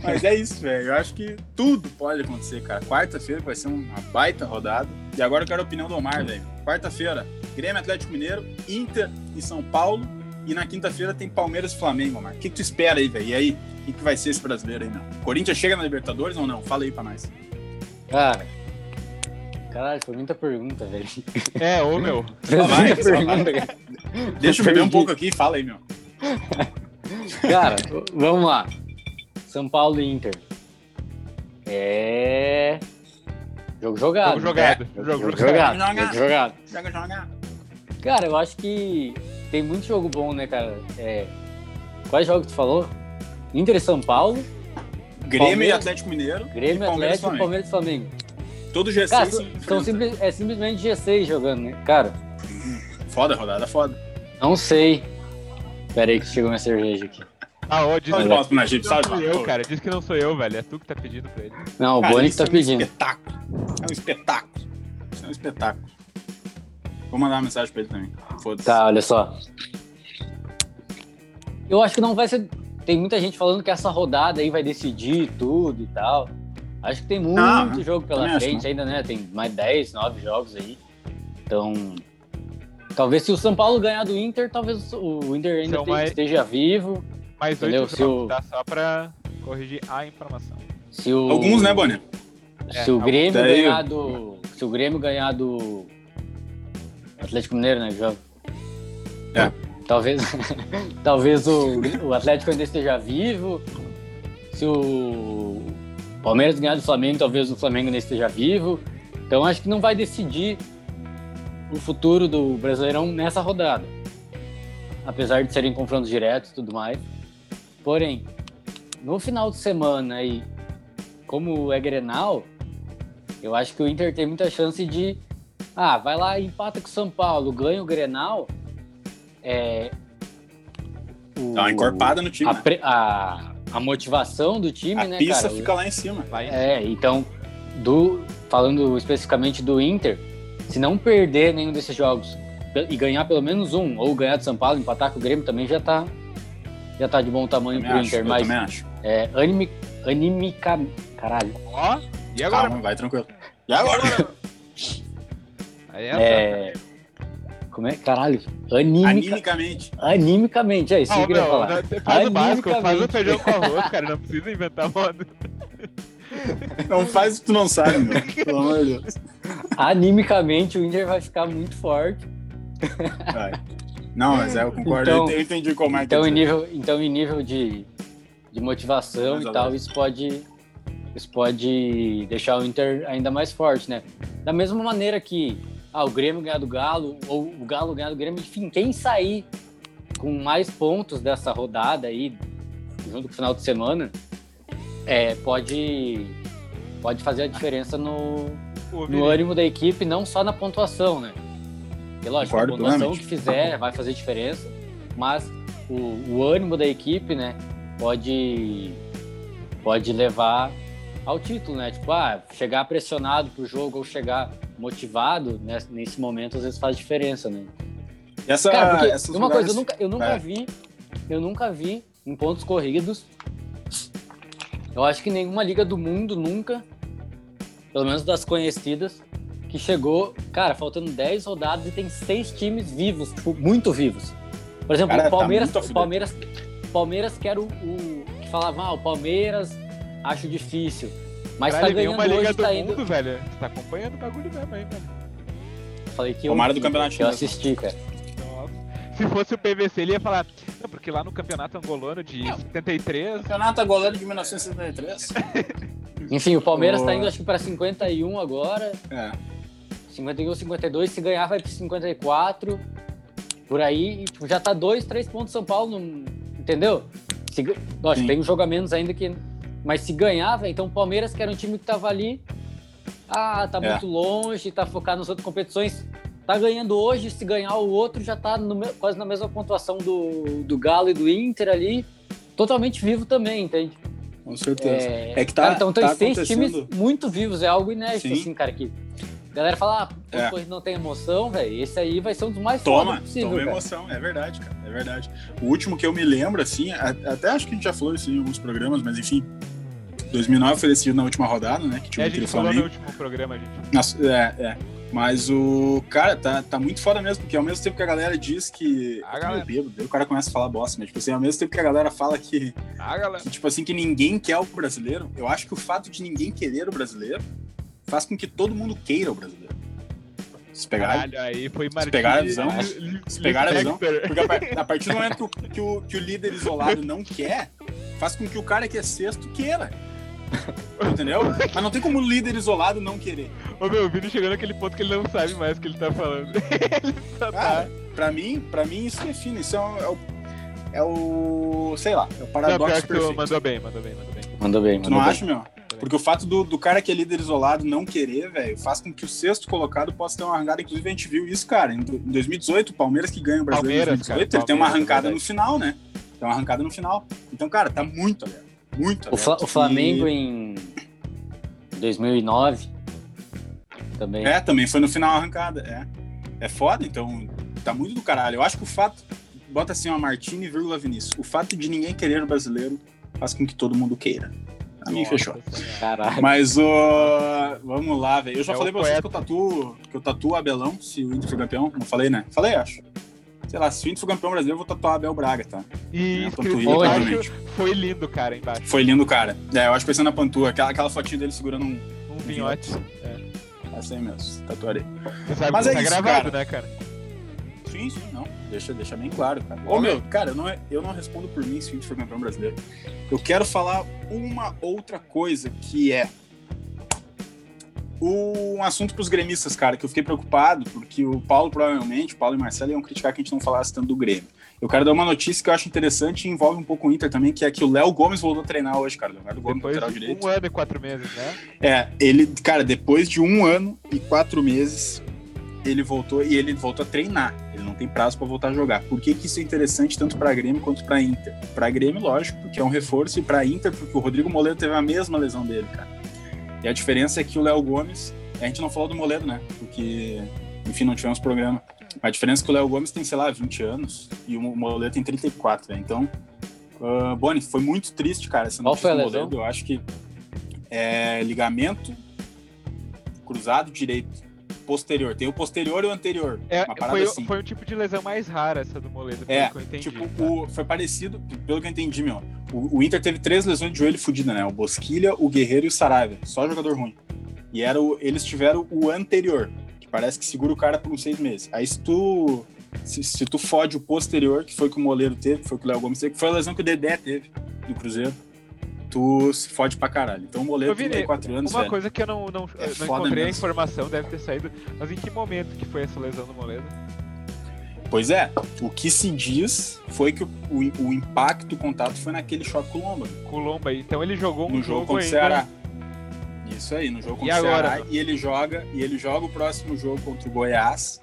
[SPEAKER 2] Mas é isso, velho. Eu acho que tudo pode acontecer, cara. Quarta-feira vai ser uma baita rodada. E agora eu quero a opinião do Omar, velho. Quarta-feira, Grêmio Atlético Mineiro, Inter e São Paulo. E na quinta-feira tem Palmeiras e Flamengo, Omar. O que, que tu espera aí, velho? E aí, o que, que vai ser esse brasileiro aí, não? Corinthians chega na Libertadores ou não? Fala aí pra nós.
[SPEAKER 4] Cara, Caralho, foi muita pergunta,
[SPEAKER 2] [laughs]
[SPEAKER 4] velho.
[SPEAKER 3] É, ô meu.
[SPEAKER 4] Foi
[SPEAKER 2] vai,
[SPEAKER 4] muita
[SPEAKER 2] só vai.
[SPEAKER 4] pergunta, cara.
[SPEAKER 2] Deixa eu beber um pouco aqui e fala aí, meu.
[SPEAKER 4] Cara, v- vamos lá. São Paulo e Inter. É. Jogo jogado.
[SPEAKER 3] Jogo jogado.
[SPEAKER 4] né?
[SPEAKER 3] Jogo jogado.
[SPEAKER 4] Jogo jogado.
[SPEAKER 2] Jogo jogado.
[SPEAKER 4] Jogo jogado.
[SPEAKER 2] Joga, joga.
[SPEAKER 4] Cara, eu acho que tem muito jogo bom, né, cara? É... Quais jogos tu falou? Inter e São Paulo,
[SPEAKER 2] Grêmio e
[SPEAKER 4] Palmeiras.
[SPEAKER 2] Atlético Mineiro.
[SPEAKER 4] Grêmio,
[SPEAKER 2] E Palmeiras
[SPEAKER 4] Atlético,
[SPEAKER 2] e Flamengo.
[SPEAKER 4] Palmeiras e Flamengo.
[SPEAKER 2] Todo G6
[SPEAKER 4] Cara,
[SPEAKER 2] se
[SPEAKER 4] são- são
[SPEAKER 2] enfrenta.
[SPEAKER 4] simples, é simplesmente G6 jogando, né? Cara,
[SPEAKER 2] Foda, rodada foda.
[SPEAKER 4] não sei. Pera aí que chegou minha cerveja aqui.
[SPEAKER 3] Ah, ô, diz
[SPEAKER 2] Salve de
[SPEAKER 3] que
[SPEAKER 2] palmas pro Najib,
[SPEAKER 3] não
[SPEAKER 2] salve
[SPEAKER 3] sou
[SPEAKER 2] de
[SPEAKER 3] eu,
[SPEAKER 2] palmas.
[SPEAKER 3] cara. Diz que não sou eu, velho. É tu que tá pedindo pra ele.
[SPEAKER 4] Não, o
[SPEAKER 2] Cara,
[SPEAKER 4] Boni que
[SPEAKER 2] isso
[SPEAKER 4] tá
[SPEAKER 2] é um
[SPEAKER 4] pedindo.
[SPEAKER 2] espetáculo. É um espetáculo. Isso é um espetáculo. Vou mandar uma mensagem pra ele também. Foda-se.
[SPEAKER 4] Tá, olha só. Eu acho que não vai ser. Tem muita gente falando que essa rodada aí vai decidir tudo e tal. Acho que tem muito
[SPEAKER 2] Não,
[SPEAKER 4] jogo
[SPEAKER 2] também
[SPEAKER 4] pela
[SPEAKER 2] acho,
[SPEAKER 4] frente ainda, né? Tem mais 10, 9 jogos aí. Então. Talvez se o São Paulo ganhar do Inter, talvez o Inter ainda
[SPEAKER 3] São
[SPEAKER 4] te-
[SPEAKER 3] mais-
[SPEAKER 4] esteja vivo.
[SPEAKER 3] Mais
[SPEAKER 4] Entendeu?
[SPEAKER 3] oito
[SPEAKER 4] Se
[SPEAKER 3] jogos,
[SPEAKER 4] o-
[SPEAKER 3] tá? Só pra corrigir a informação.
[SPEAKER 4] Se o,
[SPEAKER 2] Alguns, né, Bonner?
[SPEAKER 4] Se o
[SPEAKER 3] É,
[SPEAKER 4] Grêmio
[SPEAKER 2] alguns- Daí-
[SPEAKER 4] ganhar do. Se o Grêmio ganhar do. Atlético Mineiro, né? que Joga.
[SPEAKER 2] É.
[SPEAKER 4] Talvez. [laughs] talvez o, o Atlético ainda esteja vivo. Se o Palmeiras ganhar do Flamengo, talvez o Flamengo ainda esteja vivo. Então acho que não vai decidir o futuro do Brasileirão nessa rodada. Apesar de serem confrontos diretos e tudo mais. Porém, no final de semana aí, como é Grenal, eu acho que o Inter tem muita chance de. Ah, vai lá, empata com o São Paulo, ganha o Grenal. É. o-
[SPEAKER 2] Dá uma encorpada no time.
[SPEAKER 4] a,
[SPEAKER 2] né?
[SPEAKER 4] pre- a, a motivação do time,
[SPEAKER 2] A
[SPEAKER 4] né,
[SPEAKER 2] pista
[SPEAKER 4] cara?
[SPEAKER 2] fica lá em cima.
[SPEAKER 3] Vai.
[SPEAKER 4] É, então, do, falando especificamente do Inter, se não perder nenhum desses jogos pe- e ganhar pelo menos um, ou ganhar do São Paulo, empatar com o Grêmio também já tá, já tá de bom tamanho
[SPEAKER 2] Também
[SPEAKER 4] pro
[SPEAKER 2] acho,
[SPEAKER 4] Inter,
[SPEAKER 2] eu
[SPEAKER 4] mas
[SPEAKER 2] também acho.
[SPEAKER 4] é, animi, animica, caralho,
[SPEAKER 3] Ó, e agora?
[SPEAKER 2] Calma, vai tranquilo. E agora?
[SPEAKER 4] [laughs]
[SPEAKER 3] Aí
[SPEAKER 4] é, como é, caralho, animica,
[SPEAKER 2] Animicamente.
[SPEAKER 4] animicamente, é isso
[SPEAKER 3] Ah,
[SPEAKER 4] que
[SPEAKER 3] ô,
[SPEAKER 4] eu queria
[SPEAKER 3] meu,
[SPEAKER 4] falar.
[SPEAKER 3] não, faz o básico, faz o
[SPEAKER 4] Animicamente.
[SPEAKER 3] feijão com arroz, cara. Não precisa inventar moda.
[SPEAKER 2] Não faz o que tu não sabe, meu. Pelo amor de Deus.
[SPEAKER 4] Animicamente o Inter vai ficar muito forte,
[SPEAKER 2] Vai. Não, mas é, eu concordo.
[SPEAKER 4] Então-
[SPEAKER 2] eu entendi como é que
[SPEAKER 4] Então, em nível, então, em nível de, de motivação
[SPEAKER 2] Mais
[SPEAKER 4] e
[SPEAKER 2] ou
[SPEAKER 4] tal,
[SPEAKER 2] menos.
[SPEAKER 4] isso pode, isso pode deixar o Inter ainda mais forte, né? Da mesma maneira que ah, o Grêmio ganhar do Galo, ou o Galo ganhar do Grêmio, enfim, quem sair com mais pontos dessa rodada aí, junto com o final de semana, é, pode, pode fazer a diferença no,
[SPEAKER 3] Ô,
[SPEAKER 4] no
[SPEAKER 3] Vini,
[SPEAKER 4] ânimo da equipe, não só na pontuação, né? E lógico,
[SPEAKER 2] Concordo
[SPEAKER 4] a pontuação
[SPEAKER 2] plenamente.
[SPEAKER 4] que fizer vai fazer diferença, mas o, o ânimo da equipe, né, pode, pode levar ao título, né? Tipo, ah, chegar pressionado pro jogo ou chegar motivado né, nesse momento às vezes faz diferença, né?
[SPEAKER 2] Essa,
[SPEAKER 4] Cara, porque
[SPEAKER 2] essas
[SPEAKER 4] uma coisa,
[SPEAKER 2] rodadas-
[SPEAKER 4] eu nunca, eu nunca
[SPEAKER 2] É.
[SPEAKER 4] vi, eu nunca vi em pontos corridos. Eu acho que nenhuma liga do mundo nunca, pelo menos das conhecidas, que chegou, cara, faltando 10 rodadas e tem seis times vivos, tipo, muito vivos. Por exemplo,
[SPEAKER 2] Cara,
[SPEAKER 4] o
[SPEAKER 2] tá
[SPEAKER 4] Palmeiras,
[SPEAKER 2] muito a
[SPEAKER 4] o
[SPEAKER 2] fuder.
[SPEAKER 4] Palmeiras, Palmeiras que era o, o que falava, ah, o Palmeiras acho difícil, mas
[SPEAKER 3] caralho,
[SPEAKER 4] tá ganhando
[SPEAKER 3] nenhuma
[SPEAKER 4] hoje,
[SPEAKER 3] liga do
[SPEAKER 4] tá indo.
[SPEAKER 3] mundo, velho. Você tá acompanhando o bagulho mesmo aí, velho.
[SPEAKER 4] Eu Falei que eu,
[SPEAKER 2] Tomara do
[SPEAKER 4] vi,
[SPEAKER 2] Campeonato
[SPEAKER 4] que eu
[SPEAKER 2] Chinês.
[SPEAKER 4] assisti, cara.
[SPEAKER 3] Nossa. Então, Se fosse o PVC, ele ia falar. Não, porque lá no campeonato angolano de 73.
[SPEAKER 2] Campeonato Golano de 1963.
[SPEAKER 4] Enfim, o Palmeiras tá
[SPEAKER 2] Boa.
[SPEAKER 4] indo acho que pra 51 agora.
[SPEAKER 2] É.
[SPEAKER 4] 51, 52, se ganhar vai para 54, por aí, e, tipo, já tá dois, três pontos São Paulo, não- entendeu? Se, gan- lógico,
[SPEAKER 2] Sim.
[SPEAKER 4] tem um jogo a menos ainda que... Mas se ganhava, então o Palmeiras, que era um time que tava ali, ah, tá
[SPEAKER 2] É.
[SPEAKER 4] muito longe, tá focado nas outras competições, tá ganhando hoje, se ganhar o outro já tá no me- quase na mesma pontuação do, do Galo e do Inter ali, totalmente vivo também, entende?
[SPEAKER 2] Com certeza. É que tá-
[SPEAKER 4] cara, então tem
[SPEAKER 2] tá
[SPEAKER 4] seis
[SPEAKER 2] acontecendo-
[SPEAKER 4] times muito vivos, é algo inédito,
[SPEAKER 2] Sim.
[SPEAKER 4] assim, cara, que a galera fala, ah, pô,
[SPEAKER 2] É.
[SPEAKER 4] pois não tem emoção, velho, esse aí vai ser um dos mais
[SPEAKER 2] Toma,
[SPEAKER 4] foda possível,
[SPEAKER 2] toma
[SPEAKER 4] cara.
[SPEAKER 2] emoção, é verdade, cara, é verdade. O último que eu me lembro, assim, a- até acho que a gente já falou isso em alguns programas, mas enfim, 2009 foi decidido na última rodada, né, que
[SPEAKER 3] É,
[SPEAKER 2] tinha
[SPEAKER 3] a
[SPEAKER 2] o Inter e
[SPEAKER 3] gente
[SPEAKER 2] o
[SPEAKER 3] falou no
[SPEAKER 2] Flamengo.
[SPEAKER 3] último programa, gente.
[SPEAKER 2] Nas- é, é. Mas o cara tá, tá muito foda mesmo, porque ao mesmo tempo que a galera diz que.
[SPEAKER 3] A galera.
[SPEAKER 2] Eu bebo, daí o cara começa a falar bosta, mas tipo assim, ao mesmo tempo que a galera fala que,
[SPEAKER 3] Ah, galera.
[SPEAKER 2] que, tipo assim, que ninguém quer o brasileiro, eu acho que o fato de ninguém querer o brasileiro faz com que todo mundo queira o brasileiro. Se pegaram.
[SPEAKER 3] Caralho, aí foi Marquinhos.
[SPEAKER 2] pegaram a visão,
[SPEAKER 3] Li- Li-
[SPEAKER 2] se pegaram a visão.
[SPEAKER 3] Lichter.
[SPEAKER 2] Porque a, par- a partir do momento que o, que o- que o líder isolado não quer, faz com que o cara que é sexto queira. Entendeu? Mas não tem como o líder isolado não querer.
[SPEAKER 3] Ô meu, o Vini chegou naquele ponto que ele não sabe mais o que ele tá falando. [laughs] ele só tá.
[SPEAKER 2] Cara, Ah, pra mim, pra mim isso define. Isso é o. É o, é o- sei lá, é o
[SPEAKER 3] Não, pior
[SPEAKER 2] paradoxo
[SPEAKER 3] que tu
[SPEAKER 2] perfeito.
[SPEAKER 3] mandou bem, mandou bem, mandou bem.
[SPEAKER 4] Mandou bem,
[SPEAKER 2] Tu
[SPEAKER 4] mandou
[SPEAKER 2] não
[SPEAKER 4] bem.
[SPEAKER 2] acha, meu? Porque o fato do, do cara que é líder isolado não querer, velho, faz com que o sexto colocado possa ter uma arrancada. Inclusive, a gente viu isso, cara. Em do- em 2018, o Palmeiras que ganha o Brasileiro em
[SPEAKER 3] Palmeiras,
[SPEAKER 2] 2018,
[SPEAKER 3] cara,
[SPEAKER 2] ele tem uma
[SPEAKER 3] Palmeiras,
[SPEAKER 2] arrancada
[SPEAKER 3] é
[SPEAKER 2] no final, né? Tem uma arrancada no final. Então, cara, tá muito aberto. Muito
[SPEAKER 4] O,
[SPEAKER 2] aberto.
[SPEAKER 4] Fla- o Flamengo
[SPEAKER 2] E-
[SPEAKER 4] em 2009 também.
[SPEAKER 2] É, também foi no final a arrancada. É. É foda, então tá muito do caralho. Eu acho que o fato. Bota assim, ó, Martini, vírgula Vinícius. O fato de ninguém querer o brasileiro faz com que todo mundo queira. A mim
[SPEAKER 3] Nossa
[SPEAKER 2] fechou.
[SPEAKER 3] Senhora.
[SPEAKER 4] Caralho.
[SPEAKER 2] Mas o. vamos lá, velho. Eu já
[SPEAKER 3] É
[SPEAKER 2] falei
[SPEAKER 3] o
[SPEAKER 2] pra vocês
[SPEAKER 3] poeta.
[SPEAKER 2] que eu tatuo. Que eu tatuo Abelão, se o Inter for campeão. Não falei, né? Falei, acho. Sei lá, se o Inter for campeão brasileiro, eu vou tatuar Abel Braga, tá?
[SPEAKER 3] E
[SPEAKER 2] Né,
[SPEAKER 3] escrito
[SPEAKER 2] Panturrilha,
[SPEAKER 3] embaixo,
[SPEAKER 2] claramente.
[SPEAKER 3] foi lindo, cara, embaixo.
[SPEAKER 2] Foi lindo, cara. É, eu acho que pensando na Pantua, aquela, aquela fotinha dele segurando um.
[SPEAKER 3] Um vinhote.
[SPEAKER 2] Essa aí mesmo, tatuarei.
[SPEAKER 3] Você sabe
[SPEAKER 2] Mas
[SPEAKER 3] que
[SPEAKER 2] é
[SPEAKER 3] tá
[SPEAKER 2] isso,
[SPEAKER 3] gravado, né, cara?
[SPEAKER 2] Sim, sim, não. Deixa, deixa bem claro, cara. Ô, meu, cara, eu não, eu não respondo por mim se o Inter for campeão brasileiro. Eu quero falar uma outra coisa que é um assunto pros gremistas, cara, que eu fiquei preocupado, porque o Paulo, provavelmente, o Paulo e o Marcelo iam criticar que a gente não falasse tanto do Grêmio. Eu quero dar uma notícia que eu acho interessante e envolve um pouco o Inter também, que é que o Léo Gomes voltou a treinar hoje, cara. Leonardo Gomes,
[SPEAKER 3] Depois
[SPEAKER 2] lateral
[SPEAKER 3] de
[SPEAKER 2] direito.
[SPEAKER 3] um ano e quatro meses, né?
[SPEAKER 2] É, ele, cara, depois de um ano e quatro meses, ele voltou e ele voltou a treinar. Ele não tem prazo pra voltar a jogar. Por que, que isso é interessante tanto pra Grêmio quanto pra Inter? Pra Grêmio, lógico, porque é um reforço, e pra Inter, porque o Rodrigo Moledo teve a mesma lesão dele, cara. E a diferença é que o Léo Gomes. A gente não falou do Moledo, né? Porque, enfim, não tivemos programa. A diferença é que o Léo Gomes tem, sei lá, 20 anos e o Moledo tem 34, né? Então, ah, Boni, foi muito triste, cara, essa
[SPEAKER 4] Qual
[SPEAKER 2] notícia
[SPEAKER 4] foi a
[SPEAKER 2] do
[SPEAKER 4] lesão?
[SPEAKER 2] Moledo. Eu acho que é ligamento cruzado direito posterior. Tem o posterior e o anterior.
[SPEAKER 3] É,
[SPEAKER 2] uma parada
[SPEAKER 3] foi,
[SPEAKER 2] assim.
[SPEAKER 3] foi um tipo de lesão mais rara essa do Moledo, pelo
[SPEAKER 2] É,
[SPEAKER 3] que eu entendi.
[SPEAKER 2] Tipo,
[SPEAKER 3] tá?
[SPEAKER 2] o- foi parecido, pelo que eu entendi, meu. O, o Inter teve três lesões de joelho fodidas, né? O Bosquilha, o Guerreiro e o Saraiva. Só jogador ruim. E era o- eles tiveram o anterior, que parece que segura o cara por uns seis meses. Aí se tu. Se, se tu fode o posterior, que foi que o Moleiro teve, que foi que o Léo Gomes teve, que foi a lesão que o Dedé teve do Cruzeiro, tu se fode pra caralho. Então o Moleiro
[SPEAKER 3] Ô, Vini,
[SPEAKER 2] tem quatro anos,
[SPEAKER 3] Uma
[SPEAKER 2] velho.
[SPEAKER 3] coisa que eu não, não,
[SPEAKER 2] É
[SPEAKER 3] eu não
[SPEAKER 2] foda
[SPEAKER 3] encontrei a
[SPEAKER 2] mesmo.
[SPEAKER 3] informação, deve ter saído, mas em que momento que foi essa lesão do Moledo?
[SPEAKER 2] Pois é, o que se diz foi que o, o- o impacto, o contato foi naquele choque colombo,
[SPEAKER 3] Colomba, então ele jogou um
[SPEAKER 2] no jogo contra o
[SPEAKER 3] ainda.
[SPEAKER 2] Ceará. Isso aí, no jogo contra
[SPEAKER 3] E
[SPEAKER 2] o
[SPEAKER 3] agora?
[SPEAKER 2] Ceará. E ele joga, e ele joga o próximo jogo contra o Goiás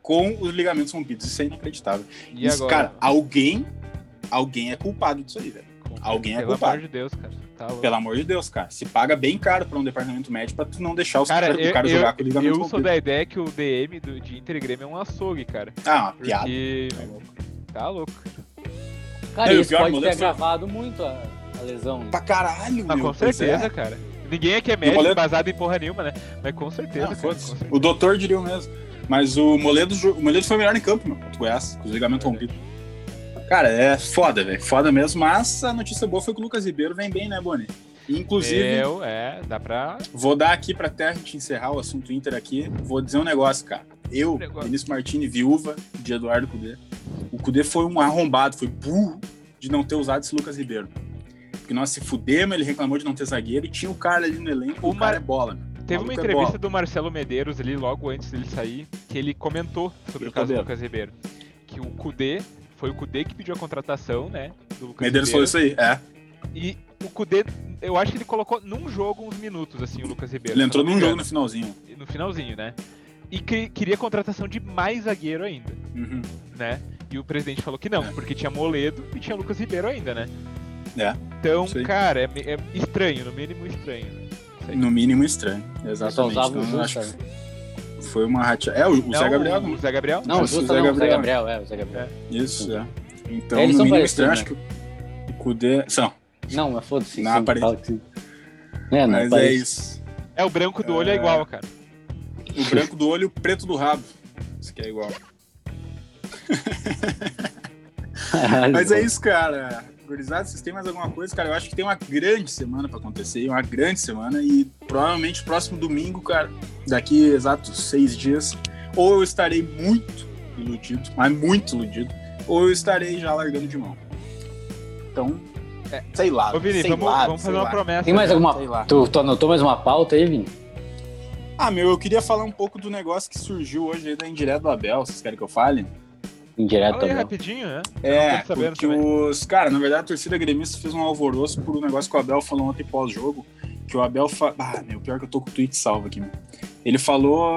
[SPEAKER 2] com os ligamentos rompidos. Isso é inacreditável.
[SPEAKER 3] E
[SPEAKER 2] Isso,
[SPEAKER 3] agora?
[SPEAKER 2] Cara, alguém, alguém é culpado disso aí, velho. alguém é
[SPEAKER 3] Pelo
[SPEAKER 2] culpado.
[SPEAKER 3] amor de Deus, cara. Tá louco.
[SPEAKER 2] Pelo amor de Deus, cara. Se paga bem caro pra um departamento médico pra tu não deixar os
[SPEAKER 3] Cara,
[SPEAKER 2] cara,
[SPEAKER 3] eu-
[SPEAKER 2] o cara
[SPEAKER 3] eu-
[SPEAKER 2] jogar com o ligamento
[SPEAKER 3] Eu sou
[SPEAKER 2] rompido.
[SPEAKER 3] da ideia que o DM do, de Inter e Grêmio é um açougue, cara.
[SPEAKER 2] Ah, uma piada.
[SPEAKER 3] Porque...
[SPEAKER 2] Tá louco.
[SPEAKER 3] Tá louco.
[SPEAKER 4] Cara,
[SPEAKER 2] Não, e É, o
[SPEAKER 4] isso
[SPEAKER 2] pior, assim. o
[SPEAKER 4] pode ter
[SPEAKER 2] Moledo foi-
[SPEAKER 4] agravado muito a, a lesão.
[SPEAKER 2] Pra caralho,
[SPEAKER 3] Ah,
[SPEAKER 2] meu.
[SPEAKER 3] com
[SPEAKER 2] Pois
[SPEAKER 3] certeza,
[SPEAKER 2] é.
[SPEAKER 3] cara. Ninguém aqui é médico
[SPEAKER 2] goleiro-
[SPEAKER 3] baseado em porra nenhuma, né? Mas com certeza,
[SPEAKER 2] Ah,
[SPEAKER 3] cara, com
[SPEAKER 2] foda-se.
[SPEAKER 3] certeza.
[SPEAKER 2] O doutor diria o mesmo. Mas o Moledo, jo- o Moledo foi melhor em campo, meu, contra o Goiás, com os
[SPEAKER 3] É.
[SPEAKER 2] ligamentos rompidos. Cara, é foda, velho. Foda mesmo. Mas a notícia boa foi que o Lucas Ribeiro vem bem, né, Boni? E, Inclusive,
[SPEAKER 3] Eu, é, dá pra.
[SPEAKER 2] vou dar aqui pra até a gente encerrar o assunto Inter aqui. Vou dizer um negócio, cara. Eu,
[SPEAKER 3] Um Negócio.
[SPEAKER 2] Vinícius Martini, viúva de Eduardo Cudê. O Cudê foi um arrombado, foi burro de não ter usado esse Lucas Ribeiro. Porque nós se fudemos, ele reclamou de não ter zagueiro e tinha o cara ali no elenco. O,
[SPEAKER 3] O
[SPEAKER 2] cara
[SPEAKER 3] Mar-
[SPEAKER 2] é bola, meu. O
[SPEAKER 3] Teve uma
[SPEAKER 2] maluco é
[SPEAKER 3] entrevista
[SPEAKER 2] bola.
[SPEAKER 3] do Marcelo Medeiros ali, logo antes dele sair, que ele comentou sobre
[SPEAKER 2] Eu
[SPEAKER 3] o caso do
[SPEAKER 2] também.
[SPEAKER 3] Lucas Ribeiro. Que o Kudê, foi o Kudê que pediu a contratação, né? Do Lucas
[SPEAKER 2] Medeiros falou
[SPEAKER 3] Ribeiro.
[SPEAKER 2] isso aí, é.
[SPEAKER 3] E o Kudê, eu acho que ele colocou num jogo uns minutos, assim, o Lucas Ribeiro.
[SPEAKER 2] Ele
[SPEAKER 3] se
[SPEAKER 2] entrou
[SPEAKER 3] eu não
[SPEAKER 2] num
[SPEAKER 3] me
[SPEAKER 2] jogo
[SPEAKER 3] engano.
[SPEAKER 2] no finalzinho.
[SPEAKER 3] no finalzinho, né? E que- queria contratação de mais zagueiro ainda,
[SPEAKER 2] Uhum.
[SPEAKER 3] né? E o presidente falou que não, porque tinha Moledo e tinha Lucas Ribeiro ainda, né?
[SPEAKER 2] É,
[SPEAKER 3] Então,
[SPEAKER 2] isso aí.
[SPEAKER 3] cara, é, me- é estranho, no mínimo estranho. né? Isso aí.
[SPEAKER 2] No mínimo estranho.
[SPEAKER 4] Eu só um,
[SPEAKER 2] Exatamente.
[SPEAKER 4] usava o
[SPEAKER 2] Então, eu acho
[SPEAKER 4] Justa.
[SPEAKER 2] que foi uma rateada. É, o, o
[SPEAKER 3] Não,
[SPEAKER 2] Zé Gabriel.
[SPEAKER 3] O Zé Gabriel?
[SPEAKER 4] Não, o
[SPEAKER 2] Justa,
[SPEAKER 4] Justa
[SPEAKER 2] Zé
[SPEAKER 4] não, o Zé
[SPEAKER 2] Gabriel.
[SPEAKER 4] Gabriel. É, o Zé Gabriel.
[SPEAKER 2] Isso, é. Então,
[SPEAKER 4] Eles
[SPEAKER 2] no
[SPEAKER 4] são
[SPEAKER 2] mínimo
[SPEAKER 4] parecidos,
[SPEAKER 2] estranho,
[SPEAKER 4] né?
[SPEAKER 2] acho que o Cudê. São.
[SPEAKER 4] Não, mas foda-se.
[SPEAKER 2] É. Na
[SPEAKER 4] sim,
[SPEAKER 2] parede.
[SPEAKER 4] fala que sim. É, não,
[SPEAKER 2] Mas é
[SPEAKER 4] [laughs] parece.
[SPEAKER 2] isso.
[SPEAKER 3] É, o branco do olho é,
[SPEAKER 2] É.
[SPEAKER 3] igual, cara.
[SPEAKER 2] O branco do olho e o preto do rabo. Isso que é igual. Mas é isso, cara. Gurizada, vocês têm mais alguma coisa? Cara, eu acho que tem uma grande semana pra acontecer, uma grande semana, e provavelmente próximo domingo, cara, daqui exatos seis dias, ou eu estarei muito iludido, mas muito iludido, ou eu estarei já largando de mão. Então,
[SPEAKER 3] É.
[SPEAKER 2] sei lá.
[SPEAKER 3] Ô, Vini,
[SPEAKER 2] sei
[SPEAKER 3] vamos,
[SPEAKER 2] lá,
[SPEAKER 3] vamos
[SPEAKER 2] sei
[SPEAKER 3] fazer uma
[SPEAKER 2] lá.
[SPEAKER 3] promessa.
[SPEAKER 4] Tem mais
[SPEAKER 3] né?
[SPEAKER 2] sei
[SPEAKER 4] alguma.
[SPEAKER 2] lá.
[SPEAKER 4] Tu, tu anotou mais uma pauta aí, Vini?
[SPEAKER 2] Ah, meu, eu queria falar um pouco do negócio que surgiu hoje aí da Indireto do Abel, vocês querem que eu fale?
[SPEAKER 4] Indireto
[SPEAKER 3] Fala aí
[SPEAKER 4] também.
[SPEAKER 3] rapidinho, né?
[SPEAKER 2] É,
[SPEAKER 3] Tô sabendo
[SPEAKER 2] porque
[SPEAKER 3] também.
[SPEAKER 2] os. Cara, na verdade a torcida gremista fez um alvoroço por um negócio que o Abel falou ontem pós-jogo. Que o Abel. Fa... Ah, meu, pior que eu tô com o tweet salvo aqui, meu. Ele falou,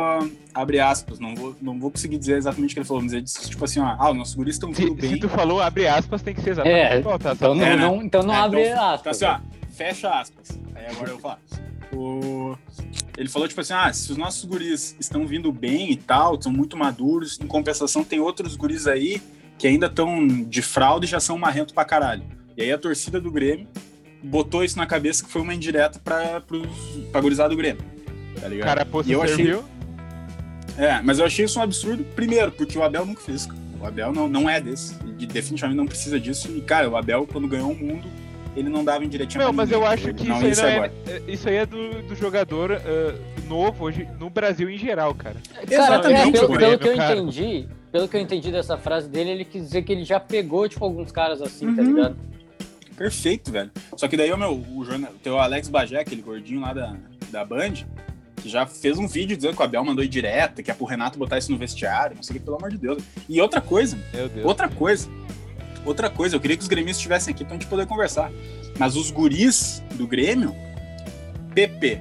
[SPEAKER 2] abre aspas, não vou, não vou conseguir dizer exatamente o que ele falou, mas ele disse tipo assim, ó, ah, os nossos guris estão
[SPEAKER 3] Se, [laughs]
[SPEAKER 2] vindo bem.
[SPEAKER 3] se tu falou abre aspas, tem que ser exatamente
[SPEAKER 4] É,
[SPEAKER 3] igual, tá?
[SPEAKER 4] Então não,
[SPEAKER 2] É, né?
[SPEAKER 4] não- então não
[SPEAKER 2] É,
[SPEAKER 4] abre
[SPEAKER 2] então, Tá
[SPEAKER 4] aspas. né?
[SPEAKER 2] assim, ó, fecha aspas. Aí agora eu vou falar. O- Ele falou, tipo assim, ah, se os nossos guris estão vindo bem e tal, são muito maduros, em compensação tem outros guris aí que ainda estão de fraude e já são marrento pra caralho. E aí a torcida do Grêmio botou isso na cabeça que foi uma indireta pra, pros, pra gurizada do Grêmio. Tá
[SPEAKER 3] O
[SPEAKER 2] ligado?
[SPEAKER 3] cara pô,
[SPEAKER 2] E eu
[SPEAKER 3] serviu.
[SPEAKER 2] achei- É, mas eu achei isso um absurdo, primeiro, porque o Abel nunca fez isso. cara. O Abel não, não é desse. E definitivamente não precisa disso. E, cara, o Abel, quando ganhou o mundo, ele não dava indiretinha
[SPEAKER 3] Não,
[SPEAKER 2] pra
[SPEAKER 3] mas
[SPEAKER 2] ninguém,
[SPEAKER 3] eu acho
[SPEAKER 2] ele
[SPEAKER 3] que
[SPEAKER 2] não
[SPEAKER 3] isso aí,
[SPEAKER 2] isso
[SPEAKER 3] não
[SPEAKER 2] agora.
[SPEAKER 3] é, é- isso aí é do, do jogador ah, novo hoje no Brasil em geral, cara.
[SPEAKER 4] Cara,
[SPEAKER 2] Exatamente,
[SPEAKER 4] é, pelo,
[SPEAKER 2] pô.
[SPEAKER 4] pelo que eu
[SPEAKER 3] Cara.
[SPEAKER 4] entendi, pelo que eu entendi dessa frase dele, ele quis dizer que ele já pegou, tipo, alguns caras assim, tá
[SPEAKER 2] Uhum.
[SPEAKER 4] ligado?
[SPEAKER 2] Perfeito, velho. Só que daí o meu, o jornal, teu Alex Bagé, aquele gordinho lá da, da Band, que já fez um vídeo dizendo que o Abel mandou ir direta, que é pro Renato botar isso no vestiário, não sei o que, pelo amor de Deus. E outra coisa,
[SPEAKER 3] Meu Deus.
[SPEAKER 2] Outra coisa, outra coisa, eu queria que os gremistas estivessem aqui pra gente poder conversar. Mas os guris do Grêmio, PP,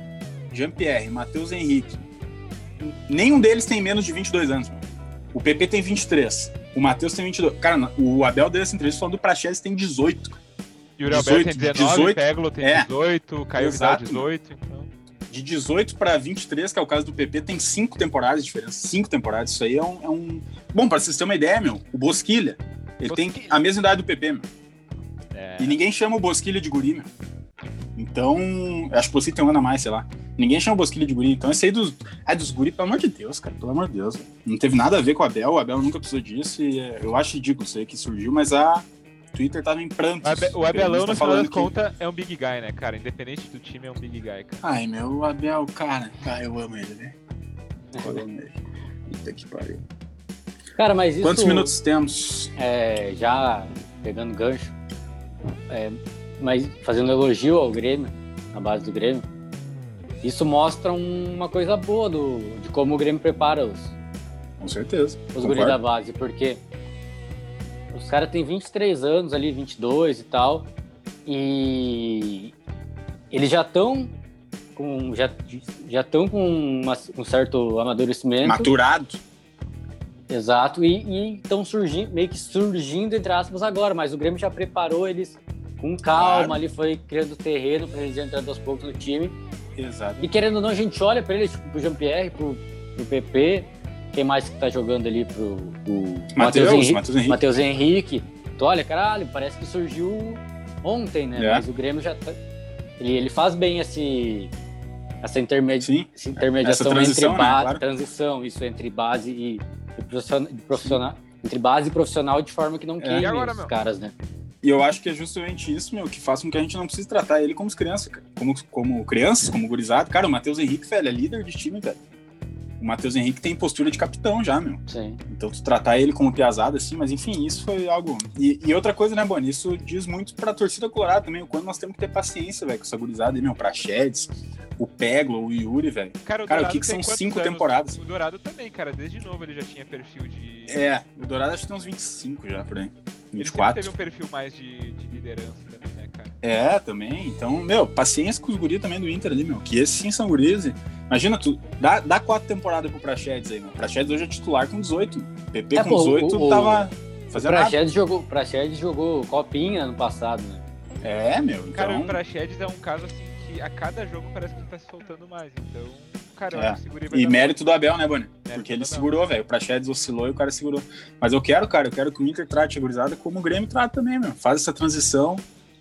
[SPEAKER 2] Jean-Pierre, Matheus Henrique, nenhum deles tem menos de 22 anos. Mano. O PP tem 23, o Matheus tem 22. Cara, o Abel deu essa entrevista falando do Praxedes tem 18.
[SPEAKER 3] Yuri Alberto tem
[SPEAKER 2] 18,
[SPEAKER 3] 19,
[SPEAKER 2] 18,
[SPEAKER 3] Peglo tem
[SPEAKER 2] é.
[SPEAKER 3] 18, Caio Vidal
[SPEAKER 2] Exato,
[SPEAKER 3] 18. Então,
[SPEAKER 2] De 18 para 23, que é o caso do PP, tem cinco temporadas de diferença. Cinco temporadas, isso aí é um. é um- Bom, pra vocês terem uma ideia, meu, o Bosquilha, ele tem
[SPEAKER 3] Bosquilha.
[SPEAKER 2] a mesma idade do PP, meu.
[SPEAKER 3] é.
[SPEAKER 2] E ninguém chama o Bosquilha de guri, meu. Então, eu acho que você tem um ano a mais, sei lá. Ninguém chama o Bosquilha de guri. Então, esse aí dos, ah, dos guri, pelo amor de Deus, cara. Pelo amor de Deus. velho. Não teve nada a ver com o Abel. O Abel nunca precisou disso. E é, eu acho ridículo isso aí que surgiu, mas a Twitter tava em prantos.
[SPEAKER 3] O Abe- O Abelão, no
[SPEAKER 2] Gremista
[SPEAKER 3] final das
[SPEAKER 2] que-
[SPEAKER 3] contas, é um big guy, né, cara? Independente do time, é um big guy, cara.
[SPEAKER 2] Ai, meu, o Abel, cara. Ah, eu amo ele, né?
[SPEAKER 4] É.
[SPEAKER 2] Eu amo ele. Puta que pariu.
[SPEAKER 4] Cara, mas isso.
[SPEAKER 2] Quantos minutos temos?
[SPEAKER 4] é, já pegando gancho, é, mas fazendo elogio ao Grêmio, à base do Grêmio, isso mostra um- uma coisa boa do, de como o Grêmio prepara os,
[SPEAKER 2] Com certeza.
[SPEAKER 4] os
[SPEAKER 2] Concordo.
[SPEAKER 4] guris da base, porque os caras têm 23 anos ali, 22 e tal, e eles já estão com já já estão com uma- um certo amadurecimento
[SPEAKER 2] Maturado.
[SPEAKER 4] Exato, e estão surgindo, meio que surgindo, entre aspas, agora, mas o Grêmio já preparou eles com calma
[SPEAKER 2] Claro.
[SPEAKER 4] ali, foi criando terreno para eles entrando aos poucos no time.
[SPEAKER 2] Exato.
[SPEAKER 4] E querendo ou não, a gente olha para eles, tipo, pro Jean-Pierre, pro, pro PP, quem mais que tá jogando ali pro, pro Matheus
[SPEAKER 2] Matheus,
[SPEAKER 4] Henrique.
[SPEAKER 2] Matheus Henrique.
[SPEAKER 4] Matheus Henrique. Tu olha, caralho, parece que surgiu ontem, né?
[SPEAKER 2] É.
[SPEAKER 4] Mas o Grêmio já tá. Ele, ele faz bem esse, essa intermediação
[SPEAKER 2] Sim.
[SPEAKER 4] essa intermediação
[SPEAKER 2] Essa transição,
[SPEAKER 4] entre base,
[SPEAKER 2] né, claro.
[SPEAKER 4] transição, isso entre base e, e profissional, profissional- entre base e profissional de forma que
[SPEAKER 2] É.
[SPEAKER 4] não queime
[SPEAKER 3] E agora,
[SPEAKER 4] os
[SPEAKER 3] meu?
[SPEAKER 4] caras, né?
[SPEAKER 2] E eu acho que é justamente isso, meu, que faz com que a gente não precise tratar ele como criança, cara. Como, como crianças, como gurizado. Cara, o Matheus Henrique, velho, é líder de time, velho. O Matheus Henrique tem postura de capitão já, meu.
[SPEAKER 4] Sim.
[SPEAKER 2] Então, tu tratar ele como piazada, assim, mas enfim, isso foi algo. E, e outra coisa, né, Boni? Isso diz muito pra torcida colorada também, o quanto nós temos que ter paciência, velho, com essa gurizada aí, meu, pra Sheds, o Peglo, o Yuri, velho.
[SPEAKER 3] Cara,
[SPEAKER 2] Cara, o
[SPEAKER 3] Dourado
[SPEAKER 2] que que são
[SPEAKER 3] tem quantos
[SPEAKER 2] cinco
[SPEAKER 3] anos?
[SPEAKER 2] temporadas?
[SPEAKER 3] O Dourado também, cara. Desde novo ele já tinha perfil de...
[SPEAKER 2] É, o Dourado acho que tem uns 25 já, por aí.
[SPEAKER 3] Ele sempre
[SPEAKER 2] 24.
[SPEAKER 3] teve um perfil mais de, de liderança também, né, cara?
[SPEAKER 2] É, também. Então, meu, paciência com os guris também do Inter ali, meu. Que esses sim são guris. e- Imagina, tu dá, dá quatro temporadas pro Praxedes aí, meu. Praxedes hoje é titular com 18. meu. PP
[SPEAKER 4] É,
[SPEAKER 2] com
[SPEAKER 4] pô, o-
[SPEAKER 2] 18
[SPEAKER 4] o-
[SPEAKER 2] tava
[SPEAKER 4] O
[SPEAKER 2] fazendo nada.
[SPEAKER 4] Praxedes jogou, Praxedes jogou copinha ano passado, né?
[SPEAKER 2] É, meu. Então,
[SPEAKER 3] Cara, o Praxedes é um caso, assim, que a cada jogo parece que ele tá se soltando mais. Então, cara, eu
[SPEAKER 2] É.
[SPEAKER 3] acho que esse guri vai
[SPEAKER 2] e
[SPEAKER 3] dar
[SPEAKER 2] mérito do Abel, né, Boni?
[SPEAKER 3] Mérito tá
[SPEAKER 2] Porque
[SPEAKER 3] do
[SPEAKER 2] ele
[SPEAKER 3] Abel.
[SPEAKER 2] segurou, velho. O Praxedes oscilou e o cara segurou. Mas eu quero, cara, eu quero que o Inter trate a gurizada como o Grêmio trata também, meu. Faz essa transição,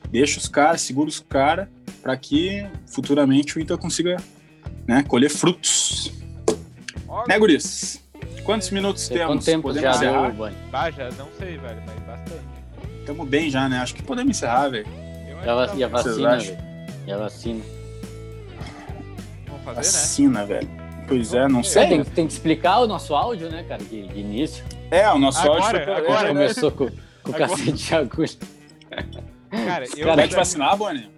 [SPEAKER 2] deixa os caras, segura os caras, pra que futuramente o Inter consiga, né, colher frutos.
[SPEAKER 3] Ó,
[SPEAKER 2] Né, guris? Quantos minutos
[SPEAKER 4] Sei
[SPEAKER 2] temos?
[SPEAKER 4] Quanto tempo
[SPEAKER 2] Podemos
[SPEAKER 4] já
[SPEAKER 2] encerrar?
[SPEAKER 4] deu, Bani?
[SPEAKER 3] Baja, não sei, velho, mas bastante.
[SPEAKER 2] Tamo bem já, né? Acho que podemos encerrar, velho.
[SPEAKER 3] Eu
[SPEAKER 4] E a,
[SPEAKER 3] acho
[SPEAKER 4] vac-
[SPEAKER 3] que
[SPEAKER 4] e a
[SPEAKER 3] talvez
[SPEAKER 2] vocês
[SPEAKER 4] vacina,
[SPEAKER 2] acham?
[SPEAKER 4] velho? E a vacina.
[SPEAKER 3] vão fazer, né?
[SPEAKER 2] Vacina, velho. Pois é, não
[SPEAKER 4] É, tem,
[SPEAKER 2] sei.
[SPEAKER 4] que- tem que explicar o nosso áudio, né, cara, de, de início.
[SPEAKER 2] É, o nosso
[SPEAKER 3] Agora,
[SPEAKER 2] áudio foi pelo-
[SPEAKER 3] agora,
[SPEAKER 4] Ele
[SPEAKER 2] é,
[SPEAKER 3] né?
[SPEAKER 4] começou com, com o
[SPEAKER 3] Agora.
[SPEAKER 4] cacete de agulha.
[SPEAKER 3] Cara, eu
[SPEAKER 4] Cara,
[SPEAKER 2] Vai te vacinar, Bonnie?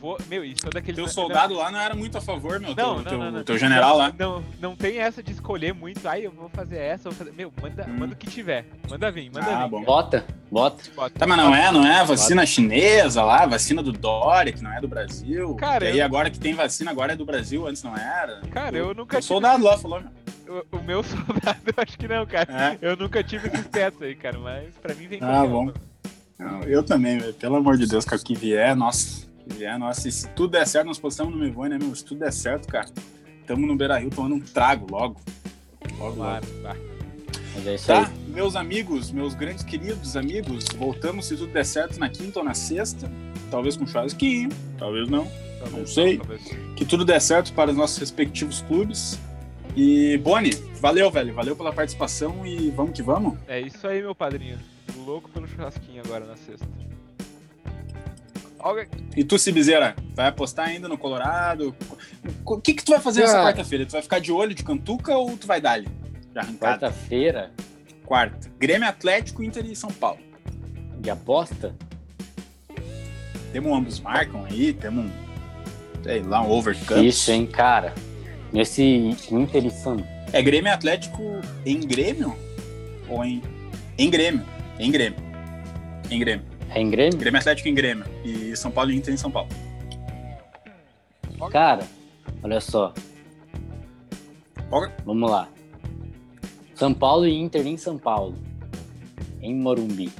[SPEAKER 3] vou. Meu, isso é daquele.
[SPEAKER 2] Teu soldado lá não era muito a favor, meu.
[SPEAKER 3] Não,
[SPEAKER 2] teu,
[SPEAKER 3] não,
[SPEAKER 2] teu,
[SPEAKER 3] não, não.
[SPEAKER 2] teu general lá.
[SPEAKER 3] Não, não tem essa de escolher muito. Ai, eu vou fazer essa, eu vou fazer. Meu, manda,
[SPEAKER 2] Hum.
[SPEAKER 3] manda o que tiver. Manda vir, manda
[SPEAKER 2] Ah,
[SPEAKER 3] vir.
[SPEAKER 2] bom.
[SPEAKER 4] Bota, bota.
[SPEAKER 3] Bota.
[SPEAKER 2] Tá, mas não é, não é a vacina chinesa lá, a vacina do Dória, que não é do Brasil.
[SPEAKER 3] Cara,
[SPEAKER 2] e aí
[SPEAKER 3] eu-
[SPEAKER 2] agora que tem vacina, agora é do Brasil, antes não era.
[SPEAKER 3] Cara, eu nunca
[SPEAKER 2] O
[SPEAKER 3] tive-
[SPEAKER 2] soldado lá falou, né? meu.
[SPEAKER 3] O, o meu [laughs] soldado, eu acho que não, cara.
[SPEAKER 2] É.
[SPEAKER 3] Eu nunca tive esses tetos aí, cara, mas pra mim vem
[SPEAKER 2] Ah,
[SPEAKER 3] qualquer um.
[SPEAKER 2] bom.
[SPEAKER 3] uma.
[SPEAKER 2] Não, eu também, velho. Pelo amor de Deus, cara, o que vier, nossa. o Que vier, nossa. E se tudo der certo, nós postamos no Mivone, né, meu? Se tudo der certo, cara, tamo no Beira Rio tomando um trago logo. Logo, logo.
[SPEAKER 3] Claro, tá.
[SPEAKER 4] Mas é isso
[SPEAKER 2] Tá,
[SPEAKER 4] aí.
[SPEAKER 2] meus amigos, meus grandes queridos amigos, voltamos se tudo der certo na quinta ou na sexta. Talvez com churrasquinho, talvez não.
[SPEAKER 3] Talvez,
[SPEAKER 2] Não sei.
[SPEAKER 3] talvez.
[SPEAKER 2] Que tudo der certo para os nossos respectivos clubes. E, Boni, valeu, velho. Valeu pela participação e vamos que vamos.
[SPEAKER 3] É isso aí, meu padrinho. Louco pelo churrasquinho agora na sexta. Olga,
[SPEAKER 2] E tu, Cibizeira, vai apostar ainda no Colorado? O que, que tu vai fazer nessa
[SPEAKER 4] Cara.
[SPEAKER 2] quarta-feira? Tu vai ficar de olho de cantuca ou tu vai dar ali? De arrancada.
[SPEAKER 4] Quarta-feira
[SPEAKER 2] Quarta. Grêmio Atlético, Inter e São Paulo.
[SPEAKER 4] de aposta.
[SPEAKER 2] Temos ambos marcam aí, temos um. Sei lá, um overcamp.
[SPEAKER 4] Isso, hein, cara. Nesse Inter e São
[SPEAKER 2] É Grêmio e Atlético em Grêmio? Ou em. Em Grêmio. Em Grêmio. Em Grêmio.
[SPEAKER 4] É em Grêmio?
[SPEAKER 2] Grêmio e Atlético em Grêmio. E São Paulo e Inter em São Paulo.
[SPEAKER 4] Cara, olha só.
[SPEAKER 2] Olha.
[SPEAKER 4] Vamos lá. São Paulo e Inter em São Paulo. Em Morumbi.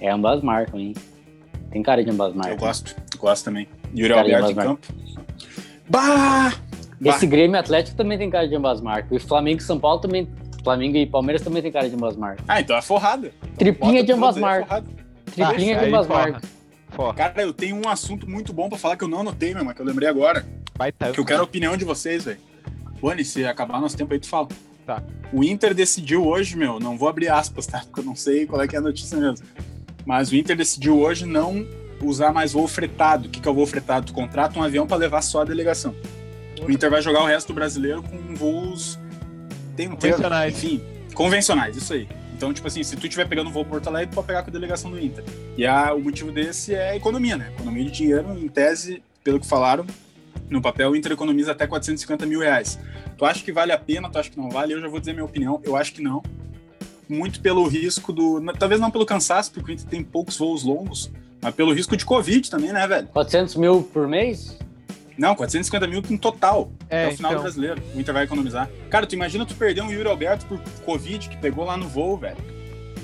[SPEAKER 4] É ambas marcam, hein? Tem cara de ambas marcam.
[SPEAKER 2] Eu gosto. Gosto também. Yuri é
[SPEAKER 4] Cara,
[SPEAKER 2] Alberto
[SPEAKER 4] mas
[SPEAKER 2] em
[SPEAKER 4] vai.
[SPEAKER 2] campo. Bah! Bah!
[SPEAKER 4] Esse Grêmio Atlético também tem cara de ambas marcas. E Flamengo e São Paulo também. Flamengo e Palmeiras também tem cara de ambas marcas.
[SPEAKER 2] Ah, então é forrada.
[SPEAKER 4] Tripinha
[SPEAKER 2] Bota
[SPEAKER 4] de ambas
[SPEAKER 2] tudo aí, é
[SPEAKER 4] marcas.
[SPEAKER 2] forrada.
[SPEAKER 4] Tripinha é de
[SPEAKER 3] Aí,
[SPEAKER 4] ambas
[SPEAKER 3] porra.
[SPEAKER 4] marcas.
[SPEAKER 3] porra,
[SPEAKER 2] Cara, eu tenho um assunto muito bom pra falar que eu não anotei, meu, mas que eu lembrei agora.
[SPEAKER 3] vai tá. tanto.
[SPEAKER 2] Que eu quero a opinião de vocês, velho. Boni, se acabar nosso tempo aí, tu fala.
[SPEAKER 3] Tá.
[SPEAKER 2] O Inter decidiu hoje, meu, não vou abrir aspas, tá? Porque eu não sei qual é que é a notícia mesmo. Mas o Inter decidiu hoje não usar mais voo fretado. O que, que é o voo fretado? Tu contrata um avião pra levar só a delegação. O Inter vai jogar o resto do brasileiro com voos. Tem um termo.
[SPEAKER 3] Convencionais.
[SPEAKER 2] Enfim, convencionais, isso aí. Então, tipo assim, se tu estiver pegando voo Porto Alegre, tu pode pegar com a delegação do Inter. E a- o motivo desse é a economia, né? Economia de dinheiro, em tese, pelo que falaram, no papel, o Inter economiza até 450 mil reais. Tu acha que vale a pena, tu acha que não vale? Eu já vou dizer minha opinião, eu acho que não. Muito pelo risco do. na- Talvez não pelo cansaço, porque o Inter tem poucos voos longos, mas pelo risco de Covid também, né, velho?
[SPEAKER 4] 400 mil por mês?
[SPEAKER 2] Não, 450 mil em total.
[SPEAKER 3] É,
[SPEAKER 2] até o final
[SPEAKER 3] então.
[SPEAKER 2] do brasileiro. O Inter vai economizar. Cara, tu imagina tu perder um Yuri Alberto por Covid que pegou lá no voo, velho.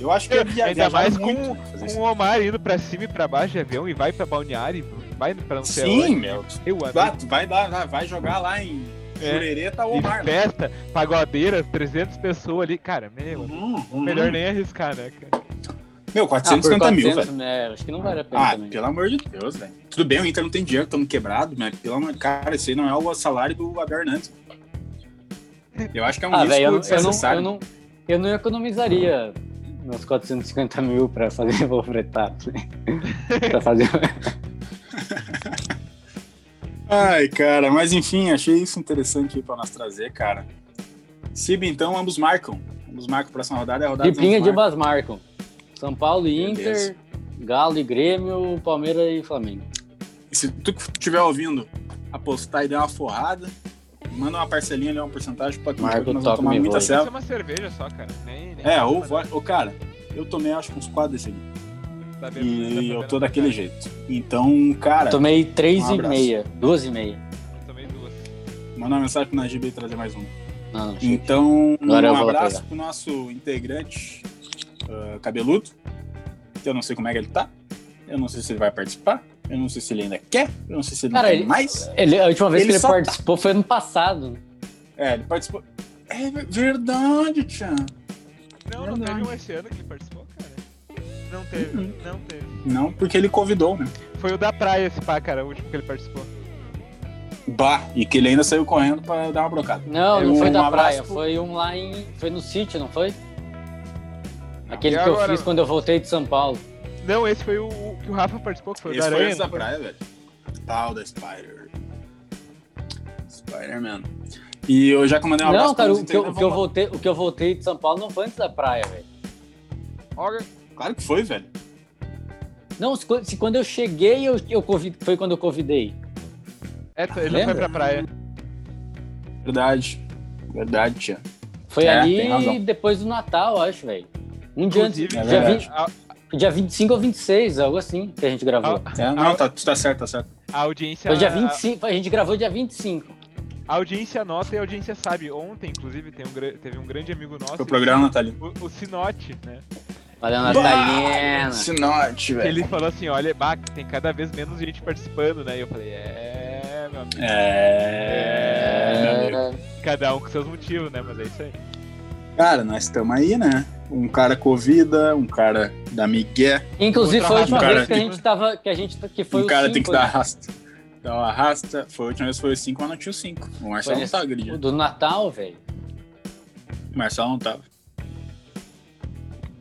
[SPEAKER 2] Eu acho que é via-
[SPEAKER 3] Ainda
[SPEAKER 2] viajaram
[SPEAKER 3] mais com, um
[SPEAKER 2] muito, né, fazer
[SPEAKER 3] com
[SPEAKER 2] isso.
[SPEAKER 3] o Omar indo pra cima e pra baixo de avião e vai pra balneário e vai pra não sei
[SPEAKER 2] Sim,
[SPEAKER 3] onde.
[SPEAKER 2] meu.
[SPEAKER 3] Eu amo.
[SPEAKER 2] Ah, tu vai, dar, ah, vai jogar lá em
[SPEAKER 3] né? É.
[SPEAKER 2] Jurerê, tá o Omar.
[SPEAKER 3] E
[SPEAKER 2] né?
[SPEAKER 3] festa, pagodeira, 300 pessoas ali. Cara, meu,
[SPEAKER 2] Uhum, uhum.
[SPEAKER 3] melhor nem arriscar, né, cara?
[SPEAKER 2] Meu, 450 mil, velho.
[SPEAKER 4] né? Acho que Ah, não vale a pena
[SPEAKER 2] Ah,
[SPEAKER 4] também.
[SPEAKER 2] pelo amor de Deus, velho. Tudo bem, o Inter não tem dinheiro, estamos quebrados, mas pelo amor cara, isso aí não é o salário do Abel Hernandes. Eu acho que é um
[SPEAKER 4] Ah,
[SPEAKER 2] risco
[SPEAKER 4] velho, eu, não- eu, não-
[SPEAKER 2] desnecessário.
[SPEAKER 4] eu, não- eu não economizaria meus 450 mil pra fazer [laughs] voo fretado. né?
[SPEAKER 2] [laughs]
[SPEAKER 4] pra fazer...
[SPEAKER 2] Ai, cara, mas enfim, achei isso interessante aí pra nós trazer, cara. Sib, então, ambos marcam. Ambos marcam a próxima rodada, é a rodada dos
[SPEAKER 4] [laughs] Tripinha
[SPEAKER 2] ambos
[SPEAKER 4] de
[SPEAKER 2] marcam.
[SPEAKER 4] ambas marcam. São Paulo e
[SPEAKER 2] Beleza.
[SPEAKER 4] Inter, Galo e Grêmio, Palmeiras e Flamengo.
[SPEAKER 2] E Se tu que estiver ouvindo apostar e der uma forrada, manda uma parcelinha ali, uma porcentagem pra
[SPEAKER 4] Marca
[SPEAKER 2] que
[SPEAKER 4] o
[SPEAKER 2] nós vamos
[SPEAKER 4] toque
[SPEAKER 2] tomar
[SPEAKER 4] me
[SPEAKER 2] muita
[SPEAKER 4] voe.
[SPEAKER 3] Isso é
[SPEAKER 2] selva.
[SPEAKER 3] uma cerveja só, cara. Nem, nem
[SPEAKER 2] É, ou, vai- ou cara, eu tomei acho que uns quatro desse aqui.
[SPEAKER 3] Tá bebendo, tá
[SPEAKER 2] E eu
[SPEAKER 3] bebendo
[SPEAKER 2] tô
[SPEAKER 3] pra
[SPEAKER 2] daquele
[SPEAKER 3] caralho.
[SPEAKER 2] jeito. Então, cara,
[SPEAKER 4] Tomei três
[SPEAKER 2] um
[SPEAKER 4] e
[SPEAKER 2] abraço.
[SPEAKER 4] meia, duas e meia.
[SPEAKER 3] Eu tomei duas.
[SPEAKER 2] manda uma mensagem pro Najib e trazer mais um.
[SPEAKER 4] Não, não.
[SPEAKER 2] Então,
[SPEAKER 4] Agora eu
[SPEAKER 2] um
[SPEAKER 4] vou
[SPEAKER 2] abraço
[SPEAKER 4] pegar.
[SPEAKER 2] pro nosso integrante ah, cabeludo. que Eu não sei como é que ele tá. Eu não sei se ele vai participar. Eu não sei se ele ainda quer. Eu não sei se ele
[SPEAKER 4] Cara,
[SPEAKER 2] não quer
[SPEAKER 4] ele-
[SPEAKER 2] mais.
[SPEAKER 4] Ele, a última vez
[SPEAKER 2] Ele
[SPEAKER 4] que ele
[SPEAKER 2] só tá-
[SPEAKER 4] participou foi ano passado. né?
[SPEAKER 2] É, ele participou. É ver- verdade, Tchan.
[SPEAKER 3] Não, não
[SPEAKER 2] Verdade.
[SPEAKER 3] teve um esse ano que ele participou, cara. Não teve,
[SPEAKER 2] Uhum.
[SPEAKER 3] não teve.
[SPEAKER 2] Não, porque ele convidou, né?
[SPEAKER 3] Foi o da praia esse pá, cara, o último que ele participou.
[SPEAKER 2] Bah, e que ele ainda saiu correndo pra dar uma brocada.
[SPEAKER 4] Não, não
[SPEAKER 2] Um
[SPEAKER 4] foi da
[SPEAKER 2] abraço
[SPEAKER 4] praia,
[SPEAKER 2] pro-
[SPEAKER 4] foi um lá em. Foi no sítio, não foi? Aquele
[SPEAKER 3] E
[SPEAKER 4] que eu
[SPEAKER 3] agora?
[SPEAKER 4] fiz quando eu voltei de São Paulo.
[SPEAKER 3] Não, esse foi o, o que o Rafa participou, que foi o da
[SPEAKER 2] Esse foi
[SPEAKER 3] Aranha.
[SPEAKER 2] antes da
[SPEAKER 3] não foi?
[SPEAKER 2] praia, velho. Pau da Spider. Spider-Man. E eu já comandei um abraço.
[SPEAKER 4] Não, cara,
[SPEAKER 2] pros
[SPEAKER 4] o que, eu, o que eu
[SPEAKER 2] internautas.
[SPEAKER 4] voltei, o que eu voltei de São Paulo não foi antes da praia, velho.
[SPEAKER 3] Olha,
[SPEAKER 2] Claro que foi, velho.
[SPEAKER 4] Não, se, quan- se quando eu cheguei, eu, eu convi- foi quando eu convidei.
[SPEAKER 3] é, tu- ele
[SPEAKER 4] Lembra? Um
[SPEAKER 3] foi pra praia.
[SPEAKER 2] Verdade. Verdade, tia.
[SPEAKER 4] Foi
[SPEAKER 2] É, tem
[SPEAKER 4] ali
[SPEAKER 2] razão.
[SPEAKER 4] depois do Natal, acho, velho. Um dia antes,
[SPEAKER 3] Inclusive,
[SPEAKER 2] é
[SPEAKER 4] dia,
[SPEAKER 2] verdade.
[SPEAKER 4] 20, dia 25 ou 26, algo assim, que a gente gravou.
[SPEAKER 2] É, não, tá, tu tá certo, tá certo.
[SPEAKER 3] a, a audiência.
[SPEAKER 4] Foi dia
[SPEAKER 2] tá.
[SPEAKER 3] a-
[SPEAKER 4] 25, a gente gravou dia 25.
[SPEAKER 3] A audiência nota e a audiência sabe. Ontem, inclusive, tem um gra- teve um grande amigo nosso.
[SPEAKER 2] Foi o programa tá natalino.
[SPEAKER 3] O, o Sinote, né?
[SPEAKER 4] Olha a Natalina.
[SPEAKER 2] Sinote,
[SPEAKER 3] Que Ele falou assim: olha, bah, que tem cada vez menos gente participando, né? E eu falei: é, meu amigo.
[SPEAKER 2] É. meu amigo.
[SPEAKER 3] Cada um com seus motivos, né? Mas é isso aí.
[SPEAKER 2] Cara, nós estamos aí, né? Um cara covida, um cara da Miguel,
[SPEAKER 4] Inclusive
[SPEAKER 3] Outra
[SPEAKER 4] foi a última
[SPEAKER 2] rádio,
[SPEAKER 4] vez que a
[SPEAKER 2] cara.
[SPEAKER 4] gente tava. Que a gente que foi
[SPEAKER 2] um
[SPEAKER 4] o
[SPEAKER 2] cara tem
[SPEAKER 4] cinco, né?
[SPEAKER 2] que dar arrasta. Então arrasta. Foi a última vez foi o 5, mas não tinha o 5. O Marcelo
[SPEAKER 4] Foi
[SPEAKER 2] não
[SPEAKER 4] esse-
[SPEAKER 2] tava
[SPEAKER 4] né? O
[SPEAKER 2] agredindo.
[SPEAKER 4] do Natal, velho.
[SPEAKER 2] O Marcelo não tava.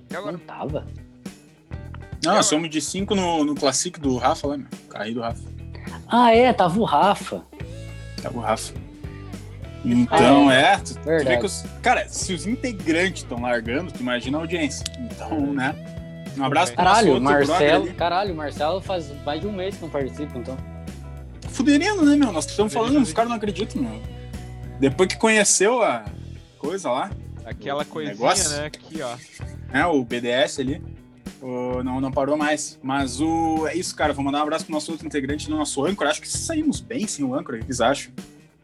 [SPEAKER 4] Não tava. É,
[SPEAKER 2] Não, nós somos de 5 no, no clássico do Rafa lá, meu. Carrinho do Rafa.
[SPEAKER 4] Ah, é, tava o Rafa.
[SPEAKER 2] Tava o Rafa. Então, é. tu- tu vê
[SPEAKER 4] Verdade.
[SPEAKER 2] que os- cara, se os integrantes estão largando, tu imagina a audiência. Então, né? Um abraço pro nosso
[SPEAKER 4] Caralho, o
[SPEAKER 2] outro né? brother
[SPEAKER 4] Marcelo.
[SPEAKER 2] ali.
[SPEAKER 4] Caralho, o Marcelo faz mais de um mês que não participa, então.
[SPEAKER 2] Fuderino, né, meu? Nós estamos falando, os caras não acreditam, meu. Depois que conheceu a coisa lá,
[SPEAKER 3] Aquela coisinha,
[SPEAKER 2] negócio?
[SPEAKER 3] né? Aqui, ó.
[SPEAKER 2] né, o BDS ali, o- não, não parou mais. Mas o é isso, cara. Vou mandar um abraço pro nosso outro integrante do nosso âncora. Acho que saímos bem sem o âncora, o que vocês acham?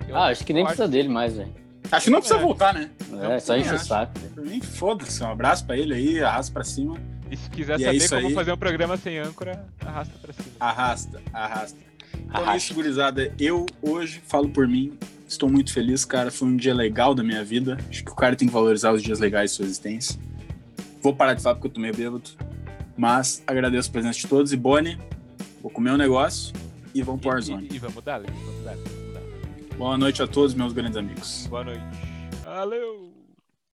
[SPEAKER 3] Eu
[SPEAKER 4] Ah, acho que nem
[SPEAKER 3] acho-
[SPEAKER 4] precisa dele mais, velho.
[SPEAKER 2] Acho que não precisa
[SPEAKER 3] É.
[SPEAKER 2] voltar, né?
[SPEAKER 4] É, só enche o
[SPEAKER 2] acho.
[SPEAKER 4] saco. velho.
[SPEAKER 2] Pra mim, foda-se. Um abraço pra ele aí, arrasta pra cima.
[SPEAKER 3] E se quiser
[SPEAKER 2] E é
[SPEAKER 3] saber
[SPEAKER 2] isso
[SPEAKER 3] como
[SPEAKER 2] aí.
[SPEAKER 3] fazer um programa sem âncora, arrasta pra cima.
[SPEAKER 2] Arrasta, arrasta. Então
[SPEAKER 4] Arrasta.
[SPEAKER 2] é isso, gurizada. Eu hoje falo por mim. Estou muito feliz, cara. Foi um dia legal da minha vida. Acho que o cara tem que valorizar os dias legais de sua existência. Vou parar de falar porque eu tô meio bêbado. Mas agradeço a presença de todos. E Boni, vou comer um negócio e vamos pro Warzone.
[SPEAKER 3] E, e, e vamos dar, vamos dar, vamos dar.
[SPEAKER 2] Boa noite a todos, meus grandes amigos.
[SPEAKER 3] Boa noite. Valeu!